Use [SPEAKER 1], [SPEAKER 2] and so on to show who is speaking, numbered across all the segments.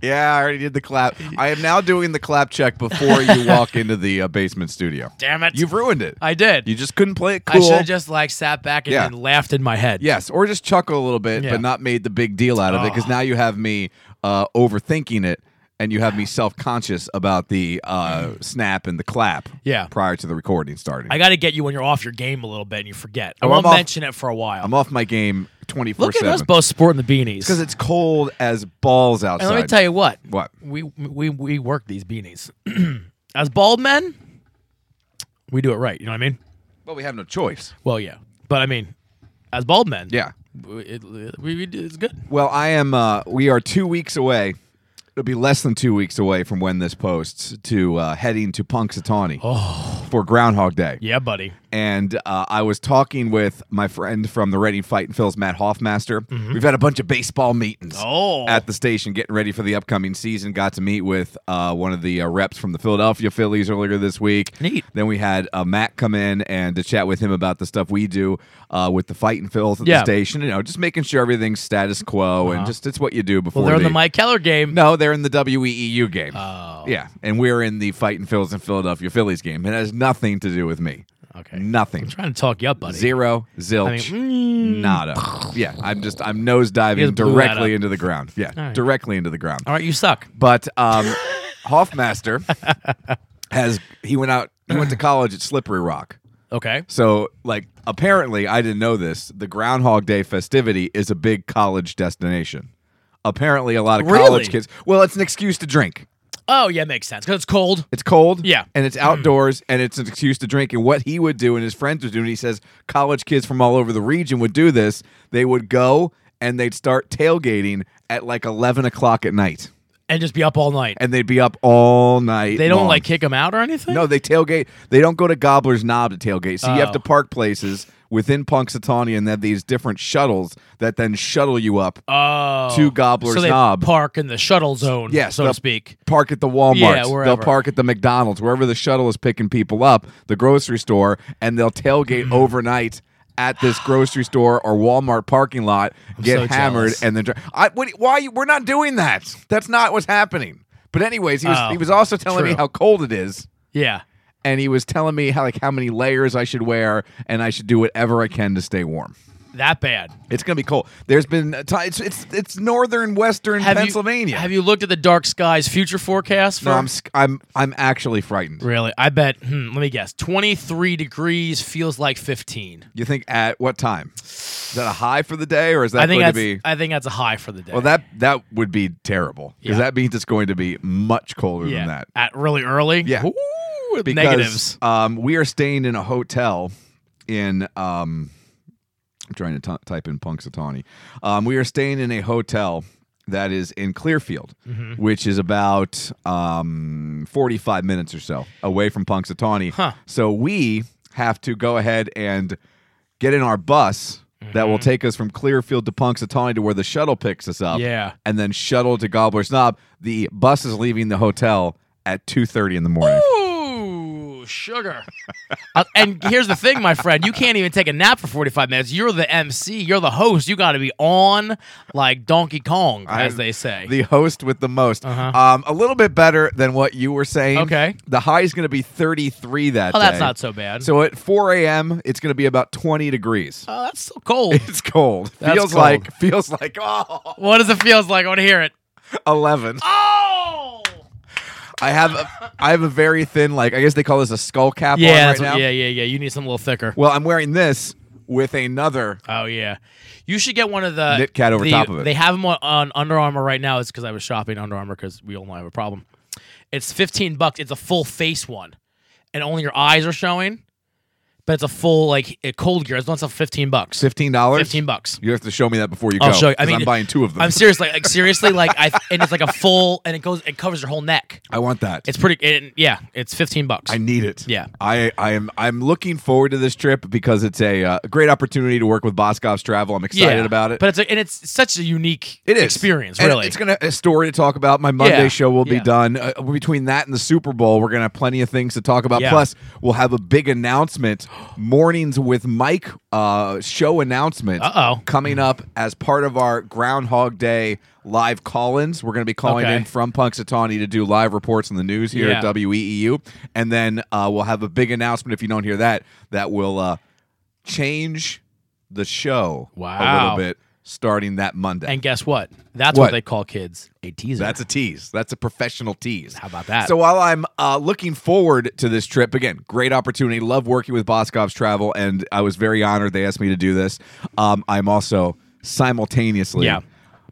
[SPEAKER 1] Yeah, I already did the clap. I am now doing the clap check before you walk into the uh, basement studio.
[SPEAKER 2] Damn it.
[SPEAKER 1] You've ruined it.
[SPEAKER 2] I did.
[SPEAKER 1] You just couldn't play it
[SPEAKER 2] I
[SPEAKER 1] cool.
[SPEAKER 2] should have just like sat back and
[SPEAKER 1] Yeah.
[SPEAKER 2] then laughed in my head.
[SPEAKER 1] yes, or just chuckle a little bit,
[SPEAKER 2] Yeah.
[SPEAKER 1] but not made the big deal out of it because now you have me uh, overthinking it and you have me self conscious about the uh, snap and the clap
[SPEAKER 2] Mm. Yeah.
[SPEAKER 1] prior to the recording starting.
[SPEAKER 2] I got to get you when you're off your game a little bit and you forget. I
[SPEAKER 1] Oh,
[SPEAKER 2] won't
[SPEAKER 1] I'm off-
[SPEAKER 2] mention it for a while.
[SPEAKER 1] I'm off my game 24
[SPEAKER 2] Look at us
[SPEAKER 1] 7
[SPEAKER 2] both sporting the beanies.
[SPEAKER 1] because it's cold as balls outside.
[SPEAKER 2] and let me tell you what.
[SPEAKER 1] what?
[SPEAKER 2] We we we work these beanies. As bald men, we do it right. You know what I mean?
[SPEAKER 1] Well, we have no choice.
[SPEAKER 2] Well, yeah. But I mean, as bald men,
[SPEAKER 1] Yeah.
[SPEAKER 2] we, it, we, we do- it's good.
[SPEAKER 1] Well, I am. Uh, we are two weeks away. It'll be less than two weeks away from when this posts to uh, heading to Punxsutawney for Groundhog Day.
[SPEAKER 2] Yeah, buddy.
[SPEAKER 1] And uh, I was talking with my friend from the Reading Fight and Phil's, Matt Hoffmaster. We've had a bunch of baseball meetings
[SPEAKER 2] Mm-hmm. Oh.
[SPEAKER 1] at the station, getting ready for the upcoming season. Got to meet with uh, one of the uh, reps from the Philadelphia Phillies earlier this week.
[SPEAKER 2] Neat.
[SPEAKER 1] Then we had uh, Matt come in and to chat with him about the stuff we do uh, with the Fight and Phils at
[SPEAKER 2] Yeah. Uh-huh.
[SPEAKER 1] the station. You know, just making sure everything's status quo and just it's what you do before
[SPEAKER 2] Well, they're in
[SPEAKER 1] the
[SPEAKER 2] the Mike Keller game.
[SPEAKER 1] no, they're in the WEEU game.
[SPEAKER 2] Oh.
[SPEAKER 1] Yeah, and we're in the Fight and Phils and Philadelphia Phillies game. It has nothing to do with me.
[SPEAKER 2] Okay.
[SPEAKER 1] Nothing.
[SPEAKER 2] I'm trying to talk you up, buddy.
[SPEAKER 1] Zero,
[SPEAKER 2] I
[SPEAKER 1] zilch,
[SPEAKER 2] mean, mm.
[SPEAKER 1] nada. Yeah, I'm just I'm nose
[SPEAKER 2] You
[SPEAKER 1] diving
[SPEAKER 2] just blew that
[SPEAKER 1] directly
[SPEAKER 2] up.
[SPEAKER 1] into the ground. Yeah,
[SPEAKER 2] right.
[SPEAKER 1] directly into the ground.
[SPEAKER 2] All right, you suck.
[SPEAKER 1] But um, Hoffmaster has he went out he went to college at Slippery Rock.
[SPEAKER 2] Okay.
[SPEAKER 1] So like apparently I didn't know this. The Groundhog Day festivity is a big college destination. Apparently a lot of
[SPEAKER 2] Really?
[SPEAKER 1] college kids. Well, it's an excuse to drink.
[SPEAKER 2] Oh yeah, makes sense because it's cold.
[SPEAKER 1] It's cold.
[SPEAKER 2] Yeah. Mm-hmm.
[SPEAKER 1] And it's outdoors and it's an excuse to drink. And what he would do and his friends would do, and he says college kids from all over the region would do this. They would go and they'd start tailgating at like 11 o'clock at night.
[SPEAKER 2] and just be up all night.
[SPEAKER 1] And they'd be up all night.
[SPEAKER 2] They don't
[SPEAKER 1] long.
[SPEAKER 2] like kick them out or anything.
[SPEAKER 1] No, they tailgate. They don't go to Gobbler's Knob to tailgate. So you have
[SPEAKER 2] Oh.
[SPEAKER 1] to park places within Punxsutawney and then these different shuttles that then shuttle you up.
[SPEAKER 2] Oh,
[SPEAKER 1] to Gobbler's
[SPEAKER 2] so they
[SPEAKER 1] Knob.
[SPEAKER 2] Park in the shuttle zone,
[SPEAKER 1] Yes,
[SPEAKER 2] so to
[SPEAKER 1] the-
[SPEAKER 2] speak.
[SPEAKER 1] Park at the Walmart.
[SPEAKER 2] Yeah, wherever.
[SPEAKER 1] they'll park at the McDonald's, wherever the shuttle is picking people up, the grocery store, and they'll tailgate
[SPEAKER 2] Mm.
[SPEAKER 1] overnight at this grocery store or Walmart parking lot, get
[SPEAKER 2] so
[SPEAKER 1] hammered,
[SPEAKER 2] jealous.
[SPEAKER 1] and then dri- I, what, why you, we're not doing that? That's not what's happening. But anyways, he was
[SPEAKER 2] Oh,
[SPEAKER 1] he was also telling me
[SPEAKER 2] true.
[SPEAKER 1] how cold it is.
[SPEAKER 2] Yeah,
[SPEAKER 1] and he was telling me how like how many layers I should wear, and I should do whatever I can to stay warm.
[SPEAKER 2] that bad.
[SPEAKER 1] It's gonna be cold. There's been a ti- it's it's it's northern western
[SPEAKER 2] Have you-
[SPEAKER 1] Pennsylvania.
[SPEAKER 2] have you looked at the dark skies future forecast? For
[SPEAKER 1] no, I'm sc- I'm I'm actually frightened.
[SPEAKER 2] really. I bet. Hmm, let me guess. Twenty three degrees feels like fifteen.
[SPEAKER 1] You think at what time? Is that a high for the day, or is that
[SPEAKER 2] I think
[SPEAKER 1] going to be?
[SPEAKER 2] that's. I think that's a high for the day.
[SPEAKER 1] Well, that that would be terrible because
[SPEAKER 2] Yeah.
[SPEAKER 1] that means it's going to be much colder
[SPEAKER 2] yeah,
[SPEAKER 1] than that.
[SPEAKER 2] at really early.
[SPEAKER 1] Yeah.
[SPEAKER 2] Ooh,
[SPEAKER 1] Because,
[SPEAKER 2] negatives.
[SPEAKER 1] Um, we are staying in a hotel in. Um, I'm trying to t- type in Punxsutawney. Um, we are staying in a hotel that is in Clearfield,
[SPEAKER 2] Mm-hmm.
[SPEAKER 1] which is about um, 45 minutes or so away from Punxsutawney.
[SPEAKER 2] Huh.
[SPEAKER 1] So we have to go ahead and get in our bus. That
[SPEAKER 2] Mm-hmm.
[SPEAKER 1] will take us from Clearfield to Punxsutawney to where the shuttle picks us up,
[SPEAKER 2] Yeah.
[SPEAKER 1] and then shuttle to Gobbler's Knob. The bus is leaving the hotel at two thirty in the morning.
[SPEAKER 2] Ooh, sugar. Uh, and here's the thing, my friend. You can't even take a nap for 45 minutes. You're the MC. You're the host. You got to be on like Donkey Kong, as
[SPEAKER 1] I'm
[SPEAKER 2] they say.
[SPEAKER 1] the host with the most.
[SPEAKER 2] Uh-huh.
[SPEAKER 1] Um, a little bit better than what you were saying.
[SPEAKER 2] Okay.
[SPEAKER 1] The high is going to be 33 that
[SPEAKER 2] oh,
[SPEAKER 1] day.
[SPEAKER 2] that's not so bad.
[SPEAKER 1] So at 4 a.m., it's going to be about 20 degrees.
[SPEAKER 2] oh, that's so cold.
[SPEAKER 1] It's cold.
[SPEAKER 2] That's
[SPEAKER 1] feels
[SPEAKER 2] cold.
[SPEAKER 1] like feels like oh,
[SPEAKER 2] what does it feels like? I want to hear it.
[SPEAKER 1] 11.
[SPEAKER 2] Oh!
[SPEAKER 1] I have a, I have a very thin like I guess they call this a skull cap on
[SPEAKER 2] Yeah,
[SPEAKER 1] right
[SPEAKER 2] that's what-
[SPEAKER 1] now.
[SPEAKER 2] yeah, yeah, yeah. You need something a little thicker.
[SPEAKER 1] Well, I'm wearing this with another
[SPEAKER 2] Oh yeah, you should get one of the
[SPEAKER 1] Knit cat over
[SPEAKER 2] the-
[SPEAKER 1] top of it.
[SPEAKER 2] They have them on, on Under Armour right now. It's because I was shopping Under Armour because we all know I have a problem. It's fifteen bucks. It's a full face one, and only your eyes are showing. But it's a full like a cold gear. It's not fifteen bucks.
[SPEAKER 1] $15.
[SPEAKER 2] Fifteen bucks.
[SPEAKER 1] You have to show me that before you
[SPEAKER 2] I'll
[SPEAKER 1] go.
[SPEAKER 2] show you. I
[SPEAKER 1] 'cause
[SPEAKER 2] mean,
[SPEAKER 1] I'm buying two of them.
[SPEAKER 2] I'm serious. Like, like seriously, like I and it's like a full and it goes it covers your whole neck.
[SPEAKER 1] I want that.
[SPEAKER 2] It's pretty. It, yeah, it's fifteen bucks.
[SPEAKER 1] I need it.
[SPEAKER 2] Yeah.
[SPEAKER 1] I, I am I'm looking forward to this trip because it's a uh, great opportunity to work with Boscov's Travel. I'm excited
[SPEAKER 2] Yeah,
[SPEAKER 1] about it.
[SPEAKER 2] But it's a, and it's such a unique
[SPEAKER 1] it is
[SPEAKER 2] experience.
[SPEAKER 1] And
[SPEAKER 2] Really,
[SPEAKER 1] it's gonna a story to talk about. My Monday
[SPEAKER 2] Yeah,
[SPEAKER 1] show will be
[SPEAKER 2] yeah.
[SPEAKER 1] done. Uh, between that and the Super Bowl, we're gonna have plenty of things to talk about.
[SPEAKER 2] Yeah.
[SPEAKER 1] Plus, we'll have a big announcement Mornings with Mike uh, show announcement
[SPEAKER 2] Uh-oh.
[SPEAKER 1] coming up as part of our Groundhog Day live call-ins. We're going to be calling
[SPEAKER 2] Okay.
[SPEAKER 1] in from Punxsutawney to do live reports on the news here at
[SPEAKER 2] Yeah.
[SPEAKER 1] WEEU, and then uh, we'll have a big announcement. If you don't hear that, that will uh, change the show a
[SPEAKER 2] Wow.
[SPEAKER 1] little bit starting that Monday.
[SPEAKER 2] And guess what? That's
[SPEAKER 1] What?
[SPEAKER 2] what, they call kids a teaser.
[SPEAKER 1] That's a tease. That's a professional tease.
[SPEAKER 2] How about that?
[SPEAKER 1] So while I'm uh, looking forward to this trip, again, great opportunity. Love working with Boscov's Travel, and I was very honored they asked me to do this. Um, I'm also simultaneously,
[SPEAKER 2] Yeah.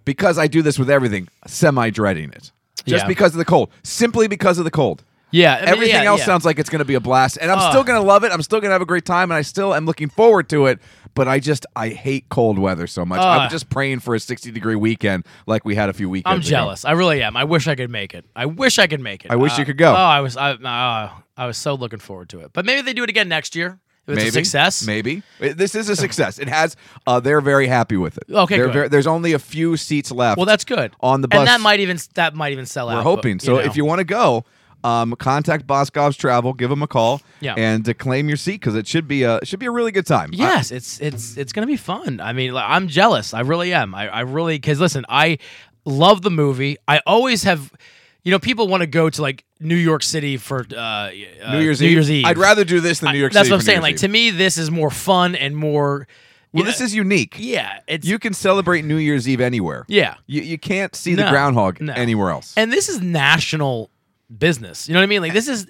[SPEAKER 1] because I do this with everything, semi dreading it. Just
[SPEAKER 2] Yeah.
[SPEAKER 1] because of the cold, simply because of the cold.
[SPEAKER 2] yeah, I mean,
[SPEAKER 1] Everything
[SPEAKER 2] yeah,
[SPEAKER 1] else
[SPEAKER 2] yeah.
[SPEAKER 1] sounds like it's going to be a blast, and I'm
[SPEAKER 2] Ugh.
[SPEAKER 1] still going to love it. I'm still going to have a great time, and I still am looking forward to it. But I just I hate cold weather so much. I'm
[SPEAKER 2] Ugh.
[SPEAKER 1] just praying for a 60 degree weekend like we had a few weekends.
[SPEAKER 2] I'm
[SPEAKER 1] ago.
[SPEAKER 2] jealous. I really am. I wish I could make it. I wish I could make it.
[SPEAKER 1] I wish
[SPEAKER 2] Uh,
[SPEAKER 1] you could go.
[SPEAKER 2] Oh, I was. I, uh, I was so looking forward to it. But maybe they do it again next year. If it's a success.
[SPEAKER 1] Maybe It- this is a success. It has. Uh, they're very happy with it.
[SPEAKER 2] Okay,
[SPEAKER 1] They're
[SPEAKER 2] good.
[SPEAKER 1] there's only a few seats left.
[SPEAKER 2] Well, that's good.
[SPEAKER 1] On the bus.
[SPEAKER 2] and that might even that might even sell out.
[SPEAKER 1] we're
[SPEAKER 2] but,
[SPEAKER 1] hoping. so
[SPEAKER 2] know.
[SPEAKER 1] if you want to go, um, contact Boscov's Travel. Give them a call.
[SPEAKER 2] Yeah.
[SPEAKER 1] and to claim your seat because it should be a it should be a really good time. I-
[SPEAKER 2] Yes, it's it's it's gonna be fun. I mean, like, I'm jealous. I really am. I, I really because listen, I love the movie. I always have, you know, people want to go to like New York City for uh,
[SPEAKER 1] New Year's Eve. I'd rather do this than New York
[SPEAKER 2] That's
[SPEAKER 1] City.
[SPEAKER 2] what I'm
[SPEAKER 1] for New
[SPEAKER 2] saying.
[SPEAKER 1] Year's
[SPEAKER 2] Like
[SPEAKER 1] Eve.
[SPEAKER 2] to me, this is more fun and more.
[SPEAKER 1] well, this is unique.
[SPEAKER 2] yeah. It's
[SPEAKER 1] You can celebrate New Year's Eve anywhere.
[SPEAKER 2] yeah.
[SPEAKER 1] You, you can't see the
[SPEAKER 2] No,
[SPEAKER 1] groundhog
[SPEAKER 2] no.
[SPEAKER 1] anywhere else.
[SPEAKER 2] And this is national business. You know what I mean? Like this is and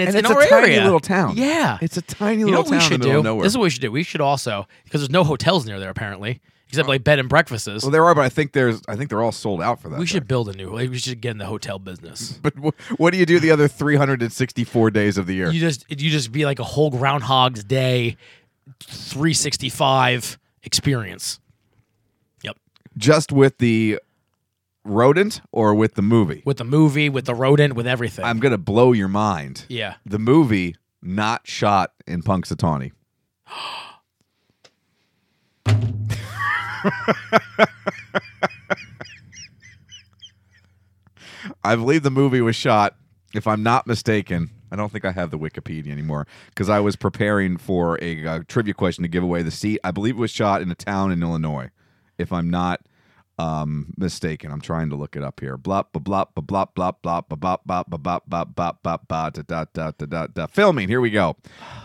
[SPEAKER 2] it's
[SPEAKER 1] And
[SPEAKER 2] in
[SPEAKER 1] it's
[SPEAKER 2] our
[SPEAKER 1] a tiny
[SPEAKER 2] area.
[SPEAKER 1] little town.
[SPEAKER 2] Yeah.
[SPEAKER 1] It's a tiny
[SPEAKER 2] You know
[SPEAKER 1] little
[SPEAKER 2] what
[SPEAKER 1] town
[SPEAKER 2] we
[SPEAKER 1] in the
[SPEAKER 2] should
[SPEAKER 1] middle
[SPEAKER 2] do?
[SPEAKER 1] of nowhere.
[SPEAKER 2] This is what we should do. We should also because there's no hotels near there apparently, except like bed and breakfasts.
[SPEAKER 1] well, there are, but I think there's I think they're all sold out for that.
[SPEAKER 2] we
[SPEAKER 1] thing.
[SPEAKER 2] should build a new. Like, we should get in the hotel business.
[SPEAKER 1] But wh- what do you do the other 364 days of the year?
[SPEAKER 2] You just you just be like a whole Groundhog's Day, 365 experience. Yep,
[SPEAKER 1] Just with the rodent or with the movie?
[SPEAKER 2] with the movie, with the rodent, with everything.
[SPEAKER 1] I'm going to blow your mind.
[SPEAKER 2] yeah.
[SPEAKER 1] The movie not shot in Punxsutawney. I believe the movie was shot, if I'm not mistaken. I don't think I have the Wikipedia anymore because I was preparing for a uh, trivia question to give away the seat. I believe it was shot in a town in Illinois, if I'm not um, mistaken. I'm trying to look it up here. Blop, ba, blop, ba, blop, blop, blop, ba, blop, bop, ba, bop, bop, bop, bop, ba, da, da, da, da, da, da. Filming. Here we go.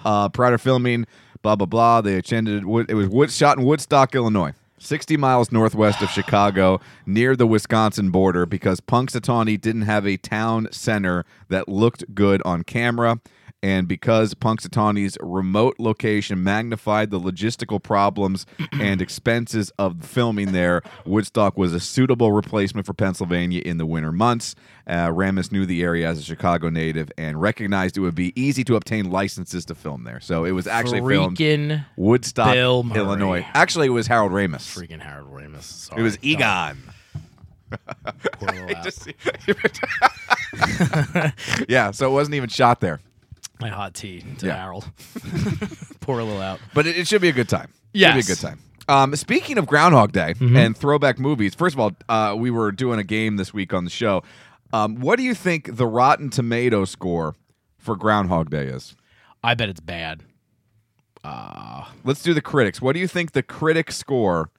[SPEAKER 1] Uh, prior to filming, blah, blah, blah. They attended, Wood- it was Wood, shot in Woodstock, Illinois. 60 miles northwest of Chicago, near the Wisconsin border, because Punxsutawney didn't have a town center that looked good on camera. And because Punxsutawney's remote location magnified the logistical problems and expenses of filming there, Woodstock was a suitable replacement for Pennsylvania in the winter months. Uh, Ramis knew the area as a Chicago native and recognized it would be easy to obtain licenses to film there. So it was actually filmed
[SPEAKER 2] freaking
[SPEAKER 1] Woodstock,
[SPEAKER 2] Bill Murray.
[SPEAKER 1] Illinois. Actually, it was Harold Ramis.
[SPEAKER 2] freaking Harold Ramis. Sorry.
[SPEAKER 1] It was
[SPEAKER 2] Don't
[SPEAKER 1] Egon.
[SPEAKER 2] pour a little out.
[SPEAKER 1] yeah, so it wasn't even shot there,
[SPEAKER 2] My hot tea to
[SPEAKER 1] Yeah.
[SPEAKER 2] Harold. pour a little out.
[SPEAKER 1] but it, it should be a good time. Yeah,
[SPEAKER 2] Yes. Mm-hmm.
[SPEAKER 1] should be a good time. Um, speaking of Groundhog Day and throwback movies, first of all, uh, we were doing a game this week on the show. Um, what do you think the Rotten Tomato score for Groundhog Day is?
[SPEAKER 2] I bet it's bad.
[SPEAKER 1] Let's do the critics. What do you think the critic score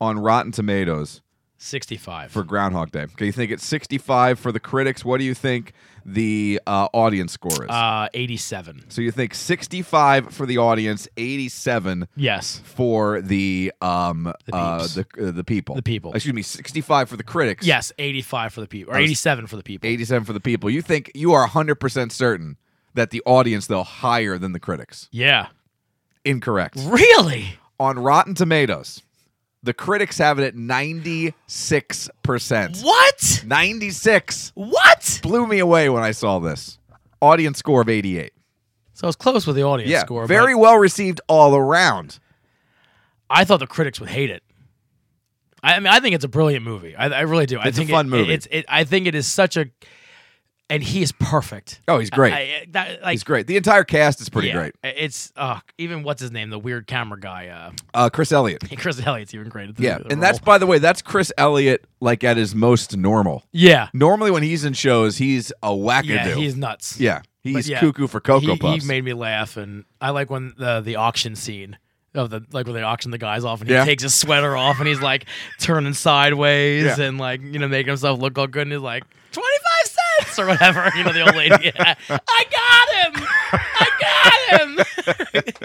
[SPEAKER 1] on Rotten Tomatoes
[SPEAKER 2] 65.
[SPEAKER 1] for Groundhog Day? Okay, you think it's 65 for the critics. What do you think the uh, audience score is?
[SPEAKER 2] uh, 87.
[SPEAKER 1] so you think 65 for the audience, 87
[SPEAKER 2] Yes.
[SPEAKER 1] for the um the, uh,
[SPEAKER 2] peeps.
[SPEAKER 1] the, uh, the people.
[SPEAKER 2] The people.
[SPEAKER 1] Excuse me, 65 for the critics.
[SPEAKER 2] Yes, 85 for the people. Or
[SPEAKER 1] was-
[SPEAKER 2] 87 for the people.
[SPEAKER 1] 87 for the people. You think you are 100% certain that the audience though higher than the critics.
[SPEAKER 2] Yeah.
[SPEAKER 1] Incorrect.
[SPEAKER 2] Really?
[SPEAKER 1] On Rotten Tomatoes, the critics have it at 96%.
[SPEAKER 2] What?
[SPEAKER 1] 96
[SPEAKER 2] What?
[SPEAKER 1] blew me away when I saw this. Audience score of 88.
[SPEAKER 2] So I was close with the audience
[SPEAKER 1] yeah,
[SPEAKER 2] score. but
[SPEAKER 1] very well received all around.
[SPEAKER 2] I thought the critics would hate it. I, I mean, I think it's a brilliant movie. I, I really do. I
[SPEAKER 1] It's a
[SPEAKER 2] think
[SPEAKER 1] fun
[SPEAKER 2] it,
[SPEAKER 1] movie.
[SPEAKER 2] It's. It, I think it is such a. And he is perfect.
[SPEAKER 1] Oh, he's great.
[SPEAKER 2] I, I- that, like,
[SPEAKER 1] he's great. The entire cast is pretty
[SPEAKER 2] yeah,
[SPEAKER 1] great.
[SPEAKER 2] It's uh, even what's his name, the weird camera guy, uh,
[SPEAKER 1] Uh, Chris Elliott.
[SPEAKER 2] Chris Elliott's even great. At the,
[SPEAKER 1] Yeah,
[SPEAKER 2] the
[SPEAKER 1] and that's
[SPEAKER 2] role.
[SPEAKER 1] by the way, that's Chris Elliott like at his most normal.
[SPEAKER 2] yeah,
[SPEAKER 1] Normally when he's in shows, he's a wackadoo.
[SPEAKER 2] yeah. He's nuts.
[SPEAKER 1] yeah,
[SPEAKER 2] But
[SPEAKER 1] He's
[SPEAKER 2] yeah,
[SPEAKER 1] cuckoo for cocoa
[SPEAKER 2] he,
[SPEAKER 1] puffs.
[SPEAKER 2] he made me laugh, and I like when the the auction scene of the like when they auction the guys off, and he
[SPEAKER 1] Yeah.
[SPEAKER 2] takes his sweater off, and he's like turning sideways,
[SPEAKER 1] Yeah.
[SPEAKER 2] and like you know making himself look all good, and he's like twenty five cents or whatever. You know the old lady. I got him. I got him.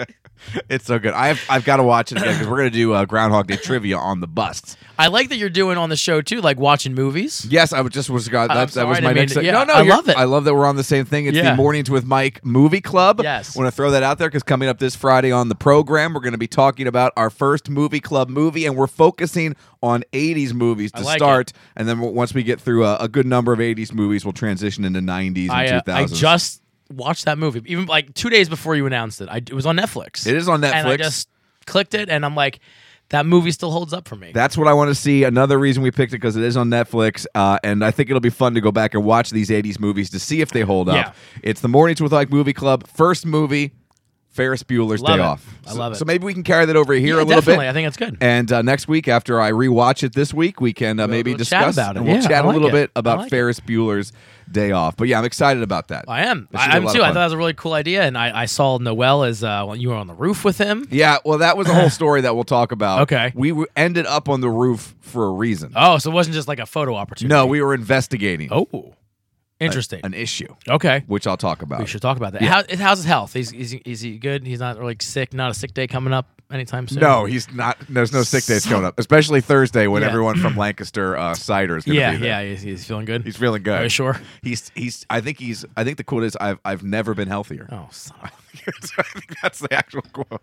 [SPEAKER 1] it's so good. I've I've got to watch it again because we're gonna do uh, Groundhog Day trivia on the busts.
[SPEAKER 2] I like that you're doing on the show too, like watching movies.
[SPEAKER 1] Yes, I was just was got
[SPEAKER 2] I'm
[SPEAKER 1] that. That
[SPEAKER 2] sorry,
[SPEAKER 1] was
[SPEAKER 2] I
[SPEAKER 1] my
[SPEAKER 2] didn't mean
[SPEAKER 1] next.
[SPEAKER 2] to-
[SPEAKER 1] thing.
[SPEAKER 2] yeah,
[SPEAKER 1] no, no,
[SPEAKER 2] I
[SPEAKER 1] you're-
[SPEAKER 2] love it.
[SPEAKER 1] I love that we're on the same thing. It's
[SPEAKER 2] Yeah.
[SPEAKER 1] the Mornings with Mike Movie Club.
[SPEAKER 2] Yes.
[SPEAKER 1] want to throw that out there because coming up this Friday on the program, we're going to be talking about our first movie club movie, and we're focusing on '80s movies
[SPEAKER 2] I
[SPEAKER 1] to
[SPEAKER 2] like
[SPEAKER 1] start. And then w- once we get through a, a good number of '80s movies, we'll transition into '90s and
[SPEAKER 2] I uh,
[SPEAKER 1] 2000s.
[SPEAKER 2] I just watched that movie, even like two days before you announced it. I, it was on Netflix.
[SPEAKER 1] it is on Netflix.
[SPEAKER 2] and I just clicked it, and I'm like, that movie still holds up for me.
[SPEAKER 1] That's what I want to see. Another reason we picked it because it is on Netflix, uh, and I think it'll be fun to go back and watch these '80s movies to see if they hold up.
[SPEAKER 2] Yeah.
[SPEAKER 1] It's the Mornings with Like Movie Club first movie, Ferris Bueller's
[SPEAKER 2] Love
[SPEAKER 1] Day
[SPEAKER 2] it.
[SPEAKER 1] Off.
[SPEAKER 2] I
[SPEAKER 1] So-
[SPEAKER 2] love it.
[SPEAKER 1] So maybe we can carry that over here
[SPEAKER 2] Yeah,
[SPEAKER 1] a little
[SPEAKER 2] definitely.
[SPEAKER 1] bit.
[SPEAKER 2] I think it's good.
[SPEAKER 1] And uh, next week, after I rewatch it this week, we can uh, maybe
[SPEAKER 2] we'll chat
[SPEAKER 1] discuss
[SPEAKER 2] about it.
[SPEAKER 1] and we'll
[SPEAKER 2] Yeah, I
[SPEAKER 1] chat a
[SPEAKER 2] like
[SPEAKER 1] little
[SPEAKER 2] it.
[SPEAKER 1] bit
[SPEAKER 2] I
[SPEAKER 1] about
[SPEAKER 2] like it.
[SPEAKER 1] Ferris Bueller's Day Off. But yeah, I'm excited about that.
[SPEAKER 2] I am.
[SPEAKER 1] That should be
[SPEAKER 2] I
[SPEAKER 1] a
[SPEAKER 2] am
[SPEAKER 1] lot of
[SPEAKER 2] too. I
[SPEAKER 1] fun.
[SPEAKER 2] thought that was a really cool idea, and I, I saw Noel as uh, when you were on the roof with him.
[SPEAKER 1] Yeah, well, that was a whole story that we'll talk about.
[SPEAKER 2] Okay.
[SPEAKER 1] we w- ended up on the roof for a reason.
[SPEAKER 2] Oh, so it wasn't just like a photo opportunity.
[SPEAKER 1] no, we were investigating
[SPEAKER 2] Oh, interesting.
[SPEAKER 1] an issue,
[SPEAKER 2] okay,
[SPEAKER 1] which I'll talk about.
[SPEAKER 2] we should talk about that. How, how's his health? Is, is, he- is he good? He's not really sick. Not a sick day coming up anytime soon.
[SPEAKER 1] No, he's not. There's no sick days coming up, especially Thursday when
[SPEAKER 2] Yeah.
[SPEAKER 1] everyone from Lancaster uh, cider is going to
[SPEAKER 2] Yeah,
[SPEAKER 1] be there.
[SPEAKER 2] yeah. He's, he's feeling good.
[SPEAKER 1] He's feeling good.
[SPEAKER 2] Are you sure?
[SPEAKER 1] He's he's. I think he's. I think the quote is I've I've never been healthier.
[SPEAKER 2] Oh, son of a-
[SPEAKER 1] I think that's the actual quote.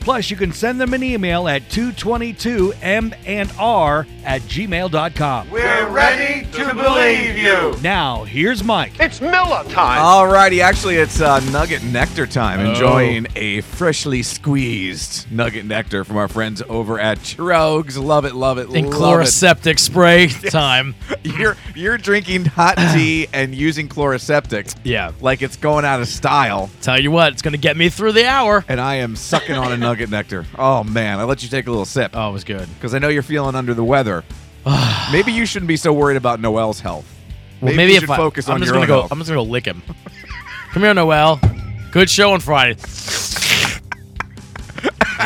[SPEAKER 3] Plus, you can send them an email at 222m&r at gmail.com.
[SPEAKER 4] We're ready to believe you.
[SPEAKER 3] Now, here's Mike.
[SPEAKER 5] It's Miller time.
[SPEAKER 1] Alrighty, actually, it's uh, Nugget Nectar time.
[SPEAKER 2] Oh.
[SPEAKER 1] Enjoying a freshly squeezed Nugget Nectar from our friends over at Chirog's. Love it, love it,
[SPEAKER 2] In
[SPEAKER 1] love it.
[SPEAKER 2] chloroseptic spray time.
[SPEAKER 1] You're you're drinking hot tea and using chloroseptic.
[SPEAKER 2] Yeah.
[SPEAKER 1] like it's going out of style.
[SPEAKER 2] Tell you what, it's gonna get me through the hour.
[SPEAKER 1] and I am sucking on a nugget nectar. Oh man, I let you take a little sip
[SPEAKER 2] Oh, it was good.
[SPEAKER 1] because I know you're feeling under the weather. maybe you shouldn't be so worried about Noel's health.
[SPEAKER 2] Well,
[SPEAKER 1] you
[SPEAKER 2] if
[SPEAKER 1] should
[SPEAKER 2] I,
[SPEAKER 1] focus
[SPEAKER 2] I'm
[SPEAKER 1] on
[SPEAKER 2] just
[SPEAKER 1] your
[SPEAKER 2] gonna
[SPEAKER 1] own
[SPEAKER 2] go,
[SPEAKER 1] health.
[SPEAKER 2] I'm just gonna go lick him. Come here, Noel. Good show on Friday.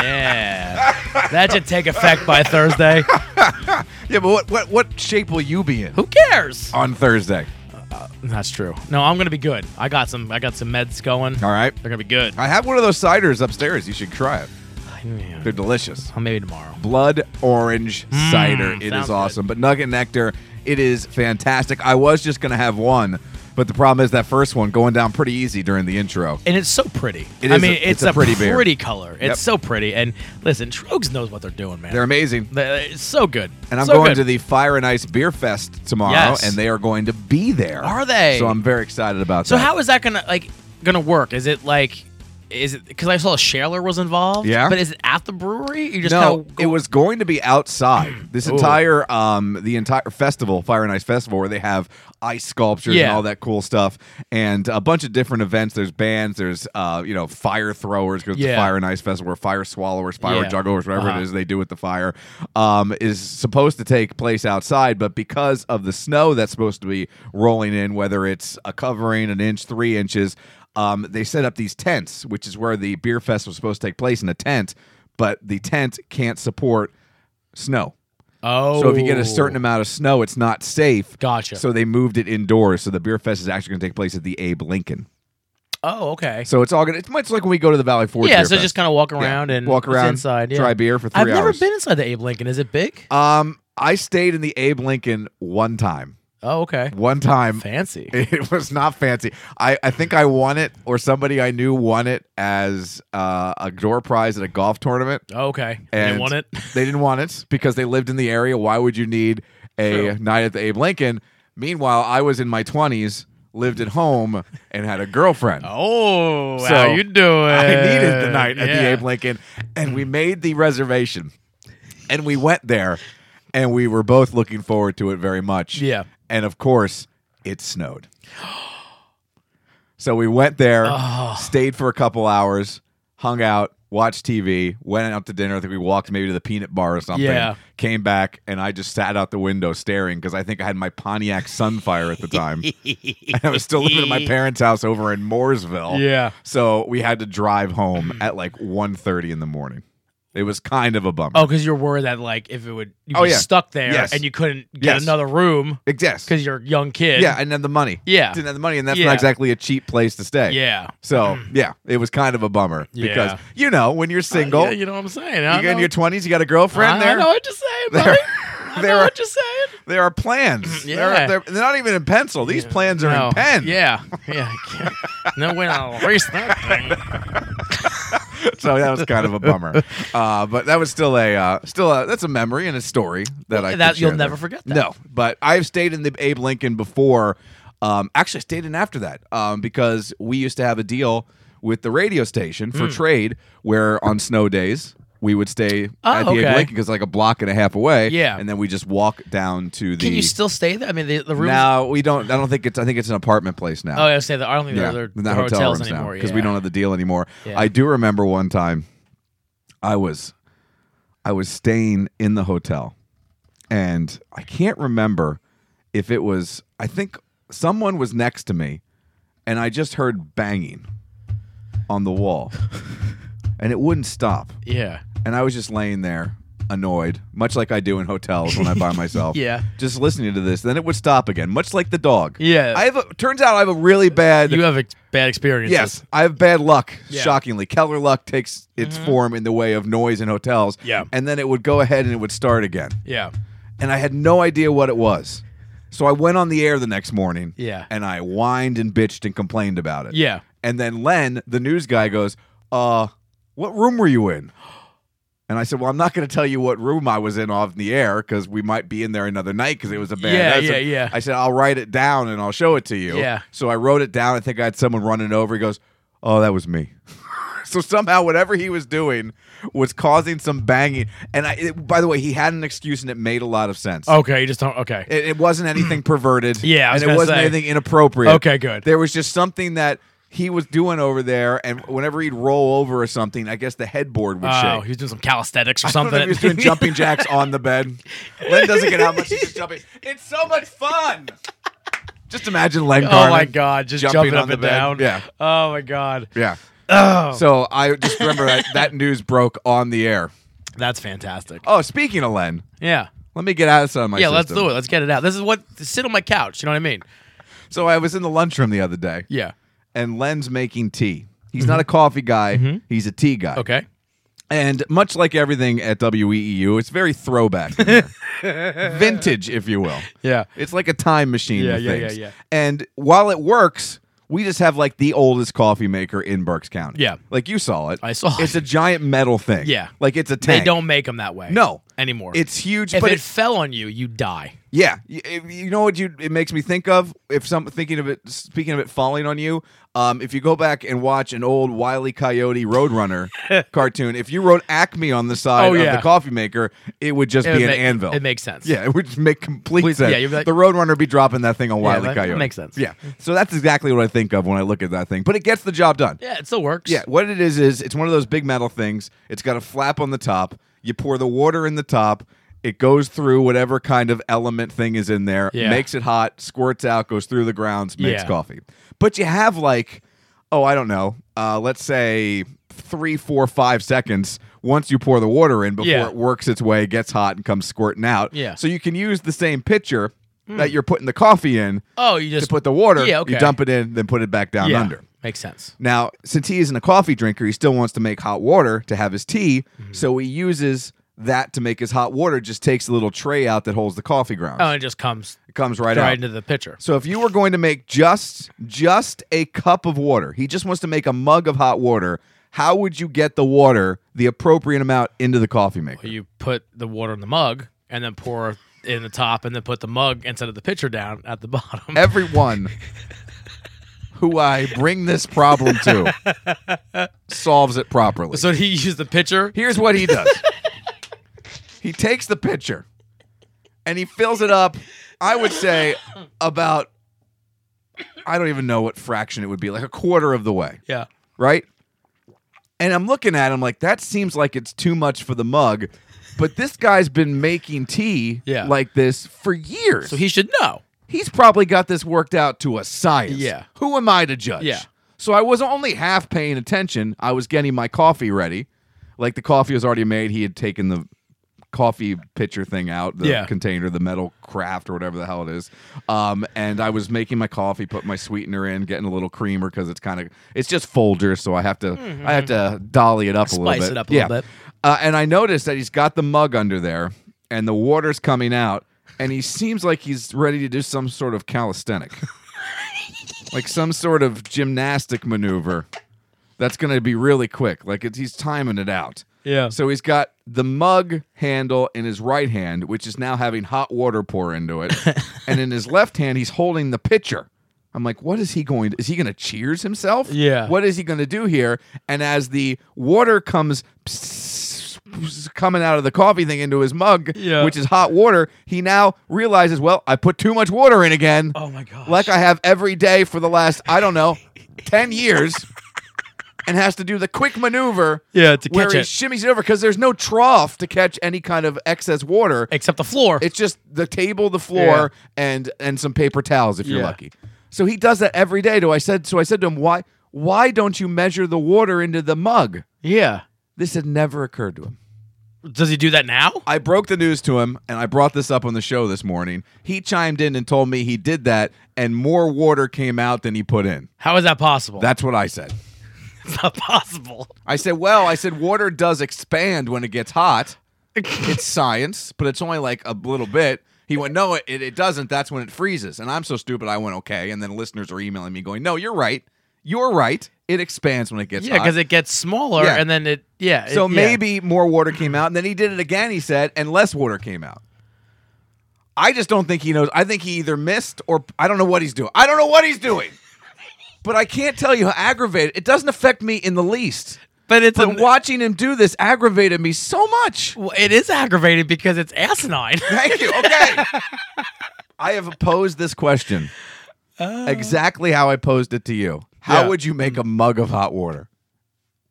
[SPEAKER 2] yeah, that should take effect by Thursday.
[SPEAKER 1] yeah, but what, what what shape will you be in
[SPEAKER 2] Who cares?
[SPEAKER 1] on Thursday?
[SPEAKER 2] That's true. No, I'm gonna be good. I got some. I got some meds going.
[SPEAKER 1] All right,
[SPEAKER 2] They're gonna be good.
[SPEAKER 1] I have one of those ciders upstairs. You should try it.
[SPEAKER 2] Yeah.
[SPEAKER 1] They're delicious.
[SPEAKER 2] Well, maybe tomorrow.
[SPEAKER 1] Blood orange cider. It
[SPEAKER 2] Mm, sounds
[SPEAKER 1] is
[SPEAKER 2] good.
[SPEAKER 1] awesome. But nugget nectar, it is fantastic. I was just gonna have one, but the problem is that first one going down pretty easy during the intro.
[SPEAKER 2] And it's so pretty.
[SPEAKER 1] It
[SPEAKER 2] I
[SPEAKER 1] is a-
[SPEAKER 2] mean,
[SPEAKER 1] it's
[SPEAKER 2] it's,
[SPEAKER 1] a pretty
[SPEAKER 2] pretty,
[SPEAKER 1] beer.
[SPEAKER 2] color. It's
[SPEAKER 1] Yep.
[SPEAKER 2] so pretty. And listen, Trogs knows what they're doing, man.
[SPEAKER 1] They're amazing.
[SPEAKER 2] They- it's so good.
[SPEAKER 1] And I'm
[SPEAKER 2] So
[SPEAKER 1] going
[SPEAKER 2] good.
[SPEAKER 1] to the Fire and Ice Beer Fest tomorrow,
[SPEAKER 2] Yes.
[SPEAKER 1] and they are going to be there.
[SPEAKER 2] Are they?
[SPEAKER 1] So I'm very excited about
[SPEAKER 2] So
[SPEAKER 1] that.
[SPEAKER 2] how is that gonna like gonna work? Is it like is it because I saw a Shaler was involved?
[SPEAKER 1] Yeah.
[SPEAKER 2] but is it at the brewery? You just
[SPEAKER 1] No,
[SPEAKER 2] kinda
[SPEAKER 1] it
[SPEAKER 2] go-
[SPEAKER 1] was going to be outside. This entire, um, the entire festival, Fire and Ice Festival, where they have ice sculptures and
[SPEAKER 2] Yeah.
[SPEAKER 1] all that cool stuff, and a bunch of different events. There's bands. There's, uh, you know, fire throwers. Because
[SPEAKER 2] Yeah.
[SPEAKER 1] the Fire and Ice Festival, or fire swallowers, fire
[SPEAKER 2] Yeah.
[SPEAKER 1] jugglers, whatever it
[SPEAKER 2] Uh-huh.
[SPEAKER 1] is they do with the fire, um, is supposed to take place outside. But because of the snow that's supposed to be rolling in, whether it's a covering an inch, three inches. Um, they set up these tents, which is where the beer fest was supposed to take place in a tent, but the tent can't support snow.
[SPEAKER 2] oh,
[SPEAKER 1] So if you get a certain amount of snow, it's not safe.
[SPEAKER 2] Gotcha.
[SPEAKER 1] So they moved it indoors. So the beer fest is actually going to take place at the Abe Lincoln.
[SPEAKER 2] oh okay.
[SPEAKER 1] So it's all going. to It's much like when we go to the Valley Forge.
[SPEAKER 2] yeah,
[SPEAKER 1] Beer
[SPEAKER 2] so
[SPEAKER 1] Fest.
[SPEAKER 2] just kind of walk
[SPEAKER 1] Yeah.
[SPEAKER 2] around and
[SPEAKER 1] walk
[SPEAKER 2] it's
[SPEAKER 1] around
[SPEAKER 2] inside. Yeah.
[SPEAKER 1] try beer for 3
[SPEAKER 2] I've
[SPEAKER 1] hours.
[SPEAKER 2] never been inside the Abe Lincoln. Is it big?
[SPEAKER 1] Um, I stayed in the Abe Lincoln one time.
[SPEAKER 2] Oh, okay.
[SPEAKER 1] one time.
[SPEAKER 2] Fancy.
[SPEAKER 1] It was not fancy. I, I think I won it, or somebody I knew won it as uh, a door prize at a golf tournament.
[SPEAKER 2] Oh, okay.
[SPEAKER 1] And
[SPEAKER 2] they won it.
[SPEAKER 1] they didn't want it because they lived in the area. Why would you need a night at the Abe Lincoln? Meanwhile, I was in my twenties, lived at home, and had a girlfriend.
[SPEAKER 2] Oh,
[SPEAKER 1] So,
[SPEAKER 2] how you doing?
[SPEAKER 1] I needed the night at the
[SPEAKER 2] Yeah.
[SPEAKER 1] Abe Lincoln, and we made the reservation, and we went there, and we were both looking forward to it very much.
[SPEAKER 2] Yeah.
[SPEAKER 1] and of course, it snowed. So we went there, stayed for a couple hours, hung out, watched TV, went out to dinner. I think we walked maybe to the peanut bar or something.
[SPEAKER 2] Yeah.
[SPEAKER 1] Came back, and I just sat out the window staring because I think I had my Pontiac Sunfire at the time. and I was still living at my parents' house over in Mooresville.
[SPEAKER 2] Yeah.
[SPEAKER 1] So we had to drive
[SPEAKER 2] Hmm.
[SPEAKER 1] home at like 1.30 in the morning. It was kind of a bummer.
[SPEAKER 2] Oh, because you're worried that like if it would you
[SPEAKER 1] Oh,
[SPEAKER 2] be
[SPEAKER 1] yeah.
[SPEAKER 2] stuck there
[SPEAKER 1] Yes.
[SPEAKER 2] and you couldn't get
[SPEAKER 1] Yes.
[SPEAKER 2] another room
[SPEAKER 1] Yes.
[SPEAKER 2] because you're a young kid.
[SPEAKER 1] Yeah, I didn't have the money.
[SPEAKER 2] Yeah.
[SPEAKER 1] Didn't have the money, and that's
[SPEAKER 2] Yeah.
[SPEAKER 1] not exactly a cheap place to stay.
[SPEAKER 2] yeah. Mm-hmm.
[SPEAKER 1] So yeah, it was kind of a bummer
[SPEAKER 2] Yeah. Uh,
[SPEAKER 1] because you know when you're single,
[SPEAKER 2] Yeah, you know what I'm saying. I
[SPEAKER 1] you get in
[SPEAKER 2] know-
[SPEAKER 1] your twenties, you got a girlfriend
[SPEAKER 2] I, I
[SPEAKER 1] there.
[SPEAKER 2] know what you're saying,
[SPEAKER 1] There-
[SPEAKER 2] buddy. I
[SPEAKER 1] there
[SPEAKER 2] know
[SPEAKER 1] are-
[SPEAKER 2] what you're saying.
[SPEAKER 1] There are plans.
[SPEAKER 2] Mm-hmm. Yeah.
[SPEAKER 1] They're, they're, they're not even in pencil. These plans are
[SPEAKER 2] no.
[SPEAKER 1] in pen.
[SPEAKER 2] Yeah. Yeah. I can't- no way I'll erase that thing.
[SPEAKER 1] So that was kind of a bummer. Uh, but that was still a uh, still a, that's a memory and a story that I
[SPEAKER 2] Yeah, that-
[SPEAKER 1] could share
[SPEAKER 2] you'll never
[SPEAKER 1] there.
[SPEAKER 2] forget that.
[SPEAKER 1] No, but I've stayed in the Abe Lincoln before. Um, actually, I stayed in after that um, because we used to have a deal with the radio station
[SPEAKER 2] Hmm.
[SPEAKER 1] for trade where on snow days we would stay
[SPEAKER 2] Oh,
[SPEAKER 1] at the Abe
[SPEAKER 2] okay.
[SPEAKER 1] Lincoln because like a block and a half away.
[SPEAKER 2] Yeah.
[SPEAKER 1] and then we just walk down to the.
[SPEAKER 2] Can you still stay there? I mean, the, the room.
[SPEAKER 1] No, we don't. I don't think it's. I think it's an apartment place now
[SPEAKER 2] Oh, yeah, I say that. I don't think there are
[SPEAKER 1] in
[SPEAKER 2] there
[SPEAKER 1] the
[SPEAKER 2] are hotels
[SPEAKER 1] rooms
[SPEAKER 2] anymore
[SPEAKER 1] because
[SPEAKER 2] yeah.
[SPEAKER 1] we don't have the deal anymore.
[SPEAKER 2] Yeah.
[SPEAKER 1] I do remember one time, I was, I was staying in the hotel, and I can't remember if it was. I think someone was next to me, and I just heard banging on the wall, and it wouldn't stop.
[SPEAKER 2] Yeah.
[SPEAKER 1] And I was just laying there, annoyed, much like I do in hotels when I'm by myself.
[SPEAKER 2] Yeah.
[SPEAKER 1] Just listening to this, then it would stop again, much like the dog.
[SPEAKER 2] Yeah.
[SPEAKER 1] I have. A, turns out I have a really bad.
[SPEAKER 2] You have ex- bad experiences.
[SPEAKER 1] Yes, I have bad luck.
[SPEAKER 2] Yeah. Mm-hmm.
[SPEAKER 1] Shockingly, Keller luck takes its form in the way of noise in hotels.
[SPEAKER 2] Yeah.
[SPEAKER 1] and then it would go ahead and it would start again,
[SPEAKER 2] Yeah.
[SPEAKER 1] and I had no idea what it was. So I went on the air the next morning.
[SPEAKER 2] Yeah.
[SPEAKER 1] and I whined and bitched and complained about it.
[SPEAKER 2] Yeah.
[SPEAKER 1] and then Len, the news guy, goes, "Uh, what room were you in?" And I said, "Well, I'm not going to tell you what room I was in off the air because we might be in there another night because it was a bad."
[SPEAKER 2] Yeah,
[SPEAKER 1] I
[SPEAKER 2] yeah,
[SPEAKER 1] said-
[SPEAKER 2] yeah.
[SPEAKER 1] I said, "I'll write it down and I'll show it to you."
[SPEAKER 2] Yeah.
[SPEAKER 1] So I wrote it down. I think I had someone running over. He goes, "Oh, that was me." so somehow, whatever he was doing was causing some banging. And I, it, by the way, he had an excuse, and it made a lot of sense.
[SPEAKER 2] Okay. You just don't. Okay.
[SPEAKER 1] It, it wasn't anything perverted.
[SPEAKER 2] Yeah, I was
[SPEAKER 1] and it
[SPEAKER 2] gonna
[SPEAKER 1] wasn't
[SPEAKER 2] say.
[SPEAKER 1] anything inappropriate.
[SPEAKER 2] Okay, good.
[SPEAKER 1] There was just something that he was doing over there, and whenever he'd roll over or something, I guess the headboard would
[SPEAKER 2] Oh,
[SPEAKER 1] shake.
[SPEAKER 2] he was doing some calisthenics or
[SPEAKER 1] I don't know
[SPEAKER 2] something.
[SPEAKER 1] if he was doing jumping jacks on the bed. Len doesn't get how much he's just jumping. It's so much fun. Just imagine Len.
[SPEAKER 2] Oh my
[SPEAKER 1] Garland
[SPEAKER 2] god, just jumping,
[SPEAKER 1] jumping on
[SPEAKER 2] up
[SPEAKER 1] the
[SPEAKER 2] and
[SPEAKER 1] bed.
[SPEAKER 2] down.
[SPEAKER 1] Yeah.
[SPEAKER 2] Oh my god,
[SPEAKER 1] Yeah. Oh. So I just remember that, that news broke on the air.
[SPEAKER 2] that's fantastic.
[SPEAKER 1] Oh, speaking of Len,
[SPEAKER 2] Yeah.
[SPEAKER 1] let me get out of some of my
[SPEAKER 2] Yeah, let's
[SPEAKER 1] system.
[SPEAKER 2] do it. Let's get it out. This is what sit on my couch. You know what I mean?
[SPEAKER 1] So I was in the lunchroom the other day.
[SPEAKER 2] Yeah.
[SPEAKER 1] and Len's making tea. He's not a coffee guy, he's a tea guy.
[SPEAKER 2] Mm-hmm. Okay.
[SPEAKER 1] And much like everything at WEEU, it's very throwback. in there. Vintage, if you will.
[SPEAKER 2] Yeah.
[SPEAKER 1] It's like a time machine.
[SPEAKER 2] Yeah,
[SPEAKER 1] with
[SPEAKER 2] yeah,
[SPEAKER 1] things.
[SPEAKER 2] yeah, yeah.
[SPEAKER 1] And while it works, we just have like the oldest coffee maker in Berks County.
[SPEAKER 2] Yeah.
[SPEAKER 1] Like you saw it.
[SPEAKER 2] I saw
[SPEAKER 1] It's
[SPEAKER 2] it.
[SPEAKER 1] a giant metal thing.
[SPEAKER 2] Yeah.
[SPEAKER 1] Like it's a
[SPEAKER 2] They
[SPEAKER 1] tank.
[SPEAKER 2] don't make them that way.
[SPEAKER 1] No.
[SPEAKER 2] Anymore.
[SPEAKER 1] It's huge,
[SPEAKER 2] if
[SPEAKER 1] but
[SPEAKER 2] it,
[SPEAKER 1] it
[SPEAKER 2] fell on you, you die.
[SPEAKER 1] yeah, Y- if- you know what you it makes me think of if some thinking of it speaking of it falling on you. Um, if you go back and watch an old Wile E. Coyote Roadrunner cartoon, if you wrote Acme on the side
[SPEAKER 2] Oh,
[SPEAKER 1] of
[SPEAKER 2] yeah.
[SPEAKER 1] the coffee maker, it would just
[SPEAKER 2] It
[SPEAKER 1] be
[SPEAKER 2] would
[SPEAKER 1] an
[SPEAKER 2] make-
[SPEAKER 1] anvil.
[SPEAKER 2] It makes sense.
[SPEAKER 1] yeah, it would make complete
[SPEAKER 2] Please-
[SPEAKER 1] sense.
[SPEAKER 2] yeah, you'd be like-
[SPEAKER 1] the Roadrunner would be dropping that thing on Wile E.
[SPEAKER 2] that- that
[SPEAKER 1] Coyote.
[SPEAKER 2] makes sense.
[SPEAKER 1] Yeah, so that's exactly what I think of when I look at that thing. But it gets the job done.
[SPEAKER 2] Yeah, it still works.
[SPEAKER 1] Yeah, what it is is it's one of those big metal things. It's got a flap on the top. You pour the water in the top. It goes through whatever kind of element thing is in there,
[SPEAKER 2] Yeah.
[SPEAKER 1] makes it hot, squirts out, goes through the grounds, makes
[SPEAKER 2] Yeah.
[SPEAKER 1] coffee. But you have like, oh, I don't know, uh, let's say three, four, five seconds once you pour the water in before
[SPEAKER 2] Yeah.
[SPEAKER 1] it works its way, gets hot, and comes squirting out.
[SPEAKER 2] Yeah.
[SPEAKER 1] So you can use the same pitcher that you're putting the coffee in
[SPEAKER 2] Oh, you
[SPEAKER 1] to
[SPEAKER 2] just
[SPEAKER 1] put the water.
[SPEAKER 2] Yeah, okay.
[SPEAKER 1] You dump it in, then put it back down
[SPEAKER 2] yeah.
[SPEAKER 1] under.
[SPEAKER 2] Makes sense. Mm-hmm.
[SPEAKER 1] Now, since he isn't a coffee drinker, he still wants to make hot water to have his tea, so he uses that to make his hot water just takes a little tray out that holds the coffee grounds.
[SPEAKER 2] Oh, and it just comes
[SPEAKER 1] it comes right,
[SPEAKER 2] right,
[SPEAKER 1] out.
[SPEAKER 2] into the pitcher.
[SPEAKER 1] So if you were going to make just just a cup of water, he just wants to make a mug of hot water. How would you get the water, the appropriate amount, into the coffee maker?
[SPEAKER 2] You put the water in the mug and then pour in the top, and then put the mug instead of the pitcher down at the bottom.
[SPEAKER 1] Everyone who I bring this problem to solves it properly.
[SPEAKER 2] so he used the pitcher.
[SPEAKER 1] Here's what he does. he takes the pitcher and he fills it up, I would say about I don't even know what fraction it would be, like a quarter of the way,
[SPEAKER 2] Yeah.
[SPEAKER 1] right? And I'm looking at him like that seems like it's too much for the mug, but this guy's been making tea
[SPEAKER 2] Yeah.
[SPEAKER 1] like this for years.
[SPEAKER 2] So he should know.
[SPEAKER 1] he's probably got this worked out to a science.
[SPEAKER 2] Yeah.
[SPEAKER 1] Who am I to judge?
[SPEAKER 2] Yeah.
[SPEAKER 1] So I was only half paying attention. I was getting my coffee ready. Like the coffee was already made. He had taken the coffee pitcher thing out, the
[SPEAKER 2] Yeah.
[SPEAKER 1] container, the metal craft or whatever the hell it is. Um, and I was making my coffee, put my sweetener in, getting a little creamer because it's kind of it's just Folgers, so I have to I have
[SPEAKER 2] Mm-hmm.
[SPEAKER 1] to dolly it up a little
[SPEAKER 2] Spice
[SPEAKER 1] bit.
[SPEAKER 2] it up a
[SPEAKER 1] yeah.
[SPEAKER 2] little bit.
[SPEAKER 1] Uh, and I noticed that he's got the mug under there, and the water's coming out, and he seems like he's ready to do some sort of calisthenic, like some sort of gymnastic maneuver. That's going to be really quick. Like it's, he's timing it out.
[SPEAKER 2] Yeah.
[SPEAKER 1] So he's got the mug handle in his right hand, which is now having hot water pour into it. and in his left hand, he's holding the pitcher. I'm like, what is he going to? Is he going to cheers himself?
[SPEAKER 2] Yeah.
[SPEAKER 1] What is he going to do here? And as the water comes pss- pss- coming out of the coffee thing into his mug,
[SPEAKER 2] Yeah.
[SPEAKER 1] which is hot water, he now realizes, well, I put too much water in again.
[SPEAKER 2] Oh my gosh.
[SPEAKER 1] Like I have every day for the last, I don't know, 10 years. And has to do the quick maneuver
[SPEAKER 2] Yeah, to
[SPEAKER 1] where
[SPEAKER 2] catch
[SPEAKER 1] he
[SPEAKER 2] it.
[SPEAKER 1] shimmies it over because there's no trough to catch any kind of excess water.
[SPEAKER 2] Except the floor.
[SPEAKER 1] It's just the table, the floor,
[SPEAKER 2] Yeah.
[SPEAKER 1] and and some paper towels if you're
[SPEAKER 2] Yeah.
[SPEAKER 1] lucky. So he does that every day. Do I said so? I said to him, why why don't you measure the water into the mug?
[SPEAKER 2] yeah.
[SPEAKER 1] This had never occurred to him.
[SPEAKER 2] Does he do that now?
[SPEAKER 1] I broke the news to him, and I brought this up on the show this morning. He chimed in and told me he did that, and more water came out than he put in.
[SPEAKER 2] How is that possible?
[SPEAKER 1] That's what I said.
[SPEAKER 2] That's not possible.
[SPEAKER 1] I said, well, I said water does expand when it gets hot. it's science, but it's only like a little bit. He went, no, it, it doesn't. That's when it freezes. And I'm so stupid. I went, okay. And then listeners are emailing me going, no, you're right. You're right. It expands when it gets
[SPEAKER 2] Yeah,
[SPEAKER 1] hot.
[SPEAKER 2] because it gets smaller
[SPEAKER 1] Yeah.
[SPEAKER 2] and then it yeah.
[SPEAKER 1] so
[SPEAKER 2] it- yeah.
[SPEAKER 1] maybe more water came out. And then he did it again, he said, and less water came out. I just don't think he knows. I think he either missed or I don't know what he's doing. I don't know what he's doing. But I can't tell you how aggravated. It doesn't affect me in the least.
[SPEAKER 2] but it's
[SPEAKER 1] But
[SPEAKER 2] a,
[SPEAKER 1] watching him do this aggravated me so much.
[SPEAKER 2] it is aggravated because it's asinine.
[SPEAKER 1] Thank you. Okay. I have posed this question exactly how I posed it to you. How
[SPEAKER 2] Uh. Yeah.
[SPEAKER 1] would you make a mug of hot water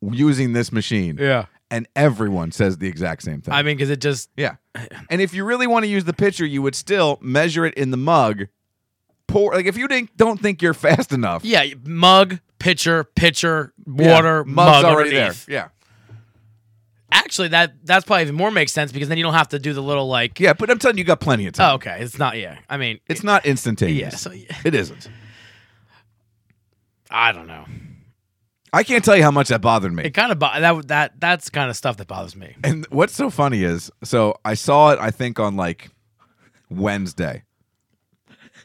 [SPEAKER 1] using this machine?
[SPEAKER 2] yeah.
[SPEAKER 1] And everyone says the exact same thing.
[SPEAKER 2] I mean, because it just
[SPEAKER 1] yeah. And if you really want to use the pitcher, you would still measure it in the mug. Pour like if you didn't, don't think you're fast enough.
[SPEAKER 2] yeah mug pitcher pitcher
[SPEAKER 1] Yeah.
[SPEAKER 2] water
[SPEAKER 1] mug's
[SPEAKER 2] mug
[SPEAKER 1] already
[SPEAKER 2] underneath.
[SPEAKER 1] there. Yeah.
[SPEAKER 2] Actually, that that's probably even more makes sense because then you don't have to do the little like.
[SPEAKER 1] Yeah, but I'm telling you, you got plenty of time.
[SPEAKER 2] Oh, okay. It's not. Yeah. I mean,
[SPEAKER 1] It's not instantaneous.
[SPEAKER 2] Yeah, so-
[SPEAKER 1] It isn't.
[SPEAKER 2] I don't know.
[SPEAKER 1] I can't tell you how much that bothered me.
[SPEAKER 2] It kind of bo- that that that's kind of stuff that bothers me.
[SPEAKER 1] And what's so funny is, so I saw it, I think, on like Wednesday,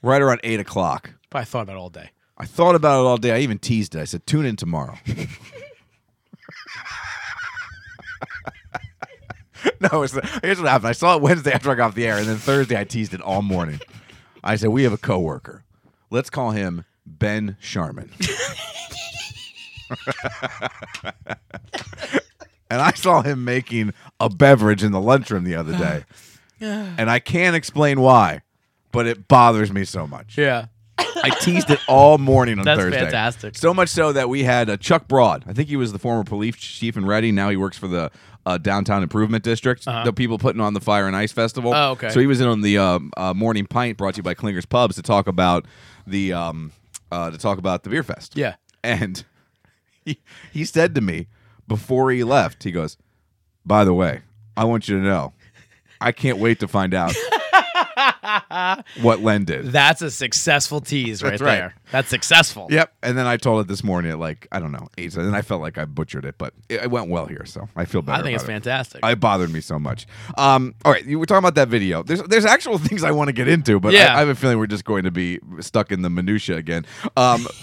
[SPEAKER 1] right around eight o'clock.
[SPEAKER 2] Probably thought about it all day.
[SPEAKER 1] I thought about it all day. I even teased it. I said, tune in tomorrow. no, it's here's what happened. I saw it Wednesday after I got off the air, and then Thursday I teased it all morning. I said, we have a coworker. Let's call him Ben Sharman. and I saw him making a beverage in the lunchroom the other day. and I can't explain why, but it bothers me so much.
[SPEAKER 2] Yeah.
[SPEAKER 1] I teased it all morning on
[SPEAKER 2] That's
[SPEAKER 1] Thursday.
[SPEAKER 2] fantastic.
[SPEAKER 1] So much so that we had uh, Chuck Broad. I think he was the former police chief in Reading. Now he works for the uh, Downtown Improvement District, the people putting on the Fire and Ice Festival.
[SPEAKER 2] Uh-huh. Oh, okay.
[SPEAKER 1] So he was in on the um, uh, morning pint brought to you by Clinger's Pubs to talk about the um, uh, to talk about the beer fest.
[SPEAKER 2] Yeah.
[SPEAKER 1] And he, he said to me before he left, he goes, By the way, I want you to know, I can't wait to find out what Len did.
[SPEAKER 2] That's a successful tease right,
[SPEAKER 1] That's right.
[SPEAKER 2] there. That's successful.
[SPEAKER 1] Yep. And then I told it this morning at like, I don't know, eight. And I felt like I butchered it, but it, it went well here. So I feel better.
[SPEAKER 2] I think it's
[SPEAKER 1] about it.
[SPEAKER 2] fantastic.
[SPEAKER 1] It bothered me so much. Um, all right, you were talking about that video. There's there's actual things I want to get into, but I-
[SPEAKER 2] Yeah.
[SPEAKER 1] I, have a feeling we're just going to be stuck in the minutia again. Um,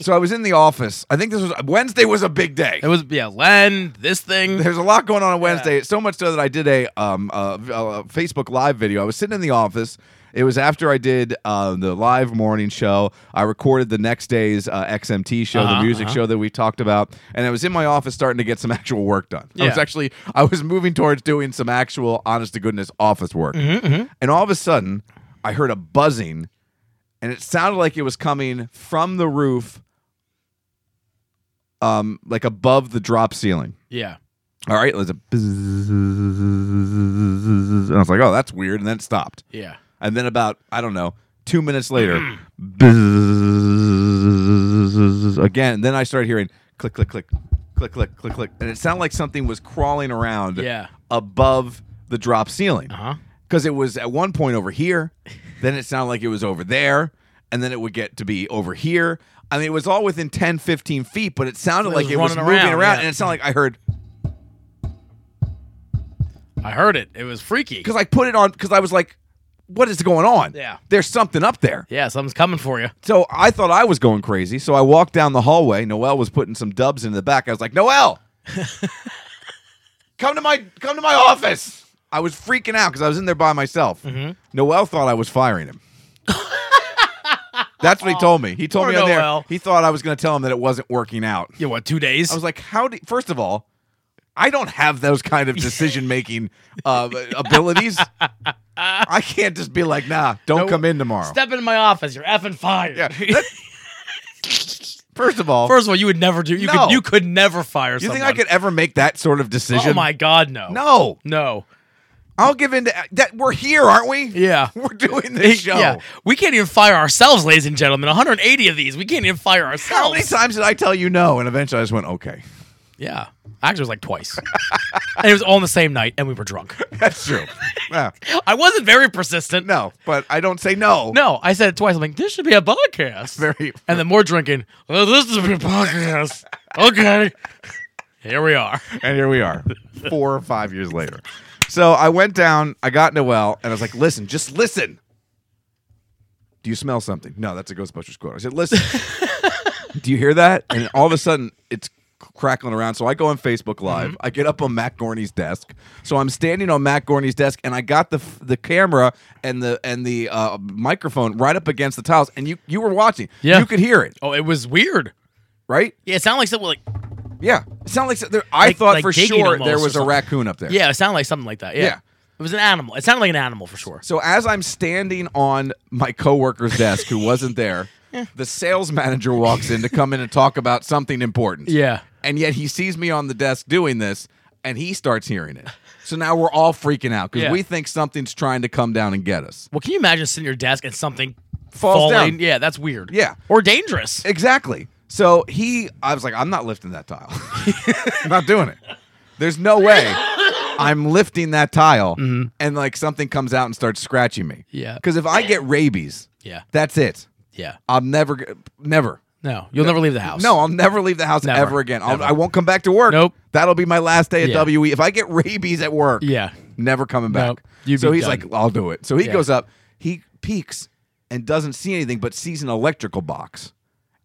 [SPEAKER 1] so I was in the office. I think this was Wednesday was a big day.
[SPEAKER 2] it was yeah, Len, this thing.
[SPEAKER 1] There's a lot going on on Wednesday. So much so that I did a um uh, v- uh, Facebook live video. I was sitting in the office. It was after I did uh, the live morning show. I recorded the next day's uh, XMT show, the
[SPEAKER 2] Uh-huh,
[SPEAKER 1] music
[SPEAKER 2] uh-huh.
[SPEAKER 1] show that we talked about, and I was in my office starting to get some actual work done. I was
[SPEAKER 2] Yeah.
[SPEAKER 1] actually I was moving towards doing some actual honest to goodness office work,
[SPEAKER 2] Mm-hmm,
[SPEAKER 1] and all of a sudden I heard a buzzing, and it sounded like it was coming from the roof, um, like above the drop ceiling.
[SPEAKER 2] Yeah.
[SPEAKER 1] All right, it was a bzzz, and I was like, "Oh, that's weird," and then it stopped.
[SPEAKER 2] Yeah.
[SPEAKER 1] And then about I don't know, two minutes later, bzzz, again. Then I started hearing click, click, click, click, click, click, click, and it sounded like something was crawling around
[SPEAKER 2] Yeah.
[SPEAKER 1] above the drop ceiling
[SPEAKER 2] Uh-huh.
[SPEAKER 1] because it was at one point over here, then it sounded like it was over there, and then it would get to be over here. I mean, it was all within 10, 15 feet, but it sounded
[SPEAKER 2] It
[SPEAKER 1] like
[SPEAKER 2] was
[SPEAKER 1] it was
[SPEAKER 2] running
[SPEAKER 1] moving
[SPEAKER 2] around,
[SPEAKER 1] around,
[SPEAKER 2] yeah.
[SPEAKER 1] and it sounded like I heard.
[SPEAKER 2] I heard it. It was freaky.
[SPEAKER 1] because I put it on because I was like, what is going on?
[SPEAKER 2] Yeah.
[SPEAKER 1] There's something up there.
[SPEAKER 2] Yeah, something's coming for you.
[SPEAKER 1] So I thought I was going crazy. So I walked down the hallway. Noel was putting some dubs in the back. I was like, Noel, come to my come to my office. I was freaking out because I was in there by myself.
[SPEAKER 2] Mm-hmm.
[SPEAKER 1] Noel thought I was firing him. That's what he told me. He told
[SPEAKER 2] Poor
[SPEAKER 1] me on
[SPEAKER 2] Noel.
[SPEAKER 1] there. He thought I was going to tell him that it wasn't working out.
[SPEAKER 2] Yeah, what, two days?
[SPEAKER 1] I was like, how do? First of all, I don't have those kind of decision making uh, abilities. I can't just be like, nah, don't
[SPEAKER 2] No.
[SPEAKER 1] come in tomorrow.
[SPEAKER 2] Step into my office, you're effing fired.
[SPEAKER 1] Yeah, that- first of all,
[SPEAKER 2] First of all, you would never do you
[SPEAKER 1] No.
[SPEAKER 2] could you could never fire
[SPEAKER 1] you
[SPEAKER 2] someone.
[SPEAKER 1] think I could ever make that sort of decision?
[SPEAKER 2] Oh my god, no.
[SPEAKER 1] No,
[SPEAKER 2] No.
[SPEAKER 1] I'll give in to that. We're here, aren't we?
[SPEAKER 2] Yeah.
[SPEAKER 1] we're doing this show.
[SPEAKER 2] Yeah. We can't even fire ourselves, ladies and gentlemen. 180 of these. We can't even fire ourselves.
[SPEAKER 1] How many times did I tell you no? And eventually, I just went, okay,
[SPEAKER 2] Yeah. Actually, it was like twice. and it was all on the same night, and we were drunk.
[SPEAKER 1] that's true. yeah.
[SPEAKER 2] I wasn't very persistent.
[SPEAKER 1] No, but I don't say no.
[SPEAKER 2] No, I said it twice. I'm like, this should be a podcast.
[SPEAKER 1] Very-
[SPEAKER 2] And then more drinking. Well, this is a podcast. okay. Here we are.
[SPEAKER 1] and here we are, four or five years later. So I went down, I got Noel, and I was like, listen, just listen. Do you smell something? No, that's a Ghostbusters quote. I said, listen, do you hear that? And all of a sudden, it's crackling around. So I go on Facebook Live.
[SPEAKER 2] Mm-hmm.
[SPEAKER 1] I get up on Matt Gorney's desk. So I'm standing on Matt Gorney's desk, and I got the f- the camera and the and the uh, microphone right up against the tiles. And you you were watching.
[SPEAKER 2] Yeah.
[SPEAKER 1] you could hear it,
[SPEAKER 2] Oh, it was weird.
[SPEAKER 1] right?
[SPEAKER 2] Yeah, it sounded like something like
[SPEAKER 1] Yeah, it sounded like so- there, I
[SPEAKER 2] Like-
[SPEAKER 1] thought
[SPEAKER 2] like
[SPEAKER 1] for
[SPEAKER 2] gigging
[SPEAKER 1] sure
[SPEAKER 2] almost
[SPEAKER 1] there
[SPEAKER 2] or
[SPEAKER 1] was a
[SPEAKER 2] something.
[SPEAKER 1] raccoon up there.
[SPEAKER 2] yeah, it sounded like something like that. Yeah.
[SPEAKER 1] Yeah.
[SPEAKER 2] It was an animal. It sounded like an animal for sure.
[SPEAKER 1] So as I'm standing on my coworker's desk, who wasn't there, the sales manager walks in to come in and talk about something important.
[SPEAKER 2] Yeah.
[SPEAKER 1] And yet he sees me on the desk doing this, and he starts hearing it. So now we're all freaking out because
[SPEAKER 2] Yeah.
[SPEAKER 1] we think something's trying to come down and get us.
[SPEAKER 2] Well, can you imagine sitting at your desk and something
[SPEAKER 1] Falls
[SPEAKER 2] falling?
[SPEAKER 1] down.
[SPEAKER 2] Yeah, that's weird.
[SPEAKER 1] Yeah.
[SPEAKER 2] Or dangerous.
[SPEAKER 1] Exactly. So he, I was like, I'm not lifting that tile. I'm not doing it. There's no way I'm lifting that tile and like something comes out and starts scratching me.
[SPEAKER 2] Mm-hmm. Yeah.
[SPEAKER 1] Because if I get rabies,
[SPEAKER 2] Yeah.
[SPEAKER 1] that's it.
[SPEAKER 2] Yeah.
[SPEAKER 1] I'm never, g- never.
[SPEAKER 2] No, you'll never leave the house.
[SPEAKER 1] No, I'll never leave the house
[SPEAKER 2] Never.
[SPEAKER 1] ever again. I'll,
[SPEAKER 2] Never.
[SPEAKER 1] I won't come back to work.
[SPEAKER 2] Nope.
[SPEAKER 1] That'll be my last day at
[SPEAKER 2] Yeah.
[SPEAKER 1] WE. If I get rabies at work,
[SPEAKER 2] Yeah.
[SPEAKER 1] never coming back.
[SPEAKER 2] Nope. You'd
[SPEAKER 1] so
[SPEAKER 2] be
[SPEAKER 1] he's
[SPEAKER 2] done.
[SPEAKER 1] like, I'll do it. So he
[SPEAKER 2] Yeah.
[SPEAKER 1] goes up, he peeks and doesn't see anything, but sees an electrical box,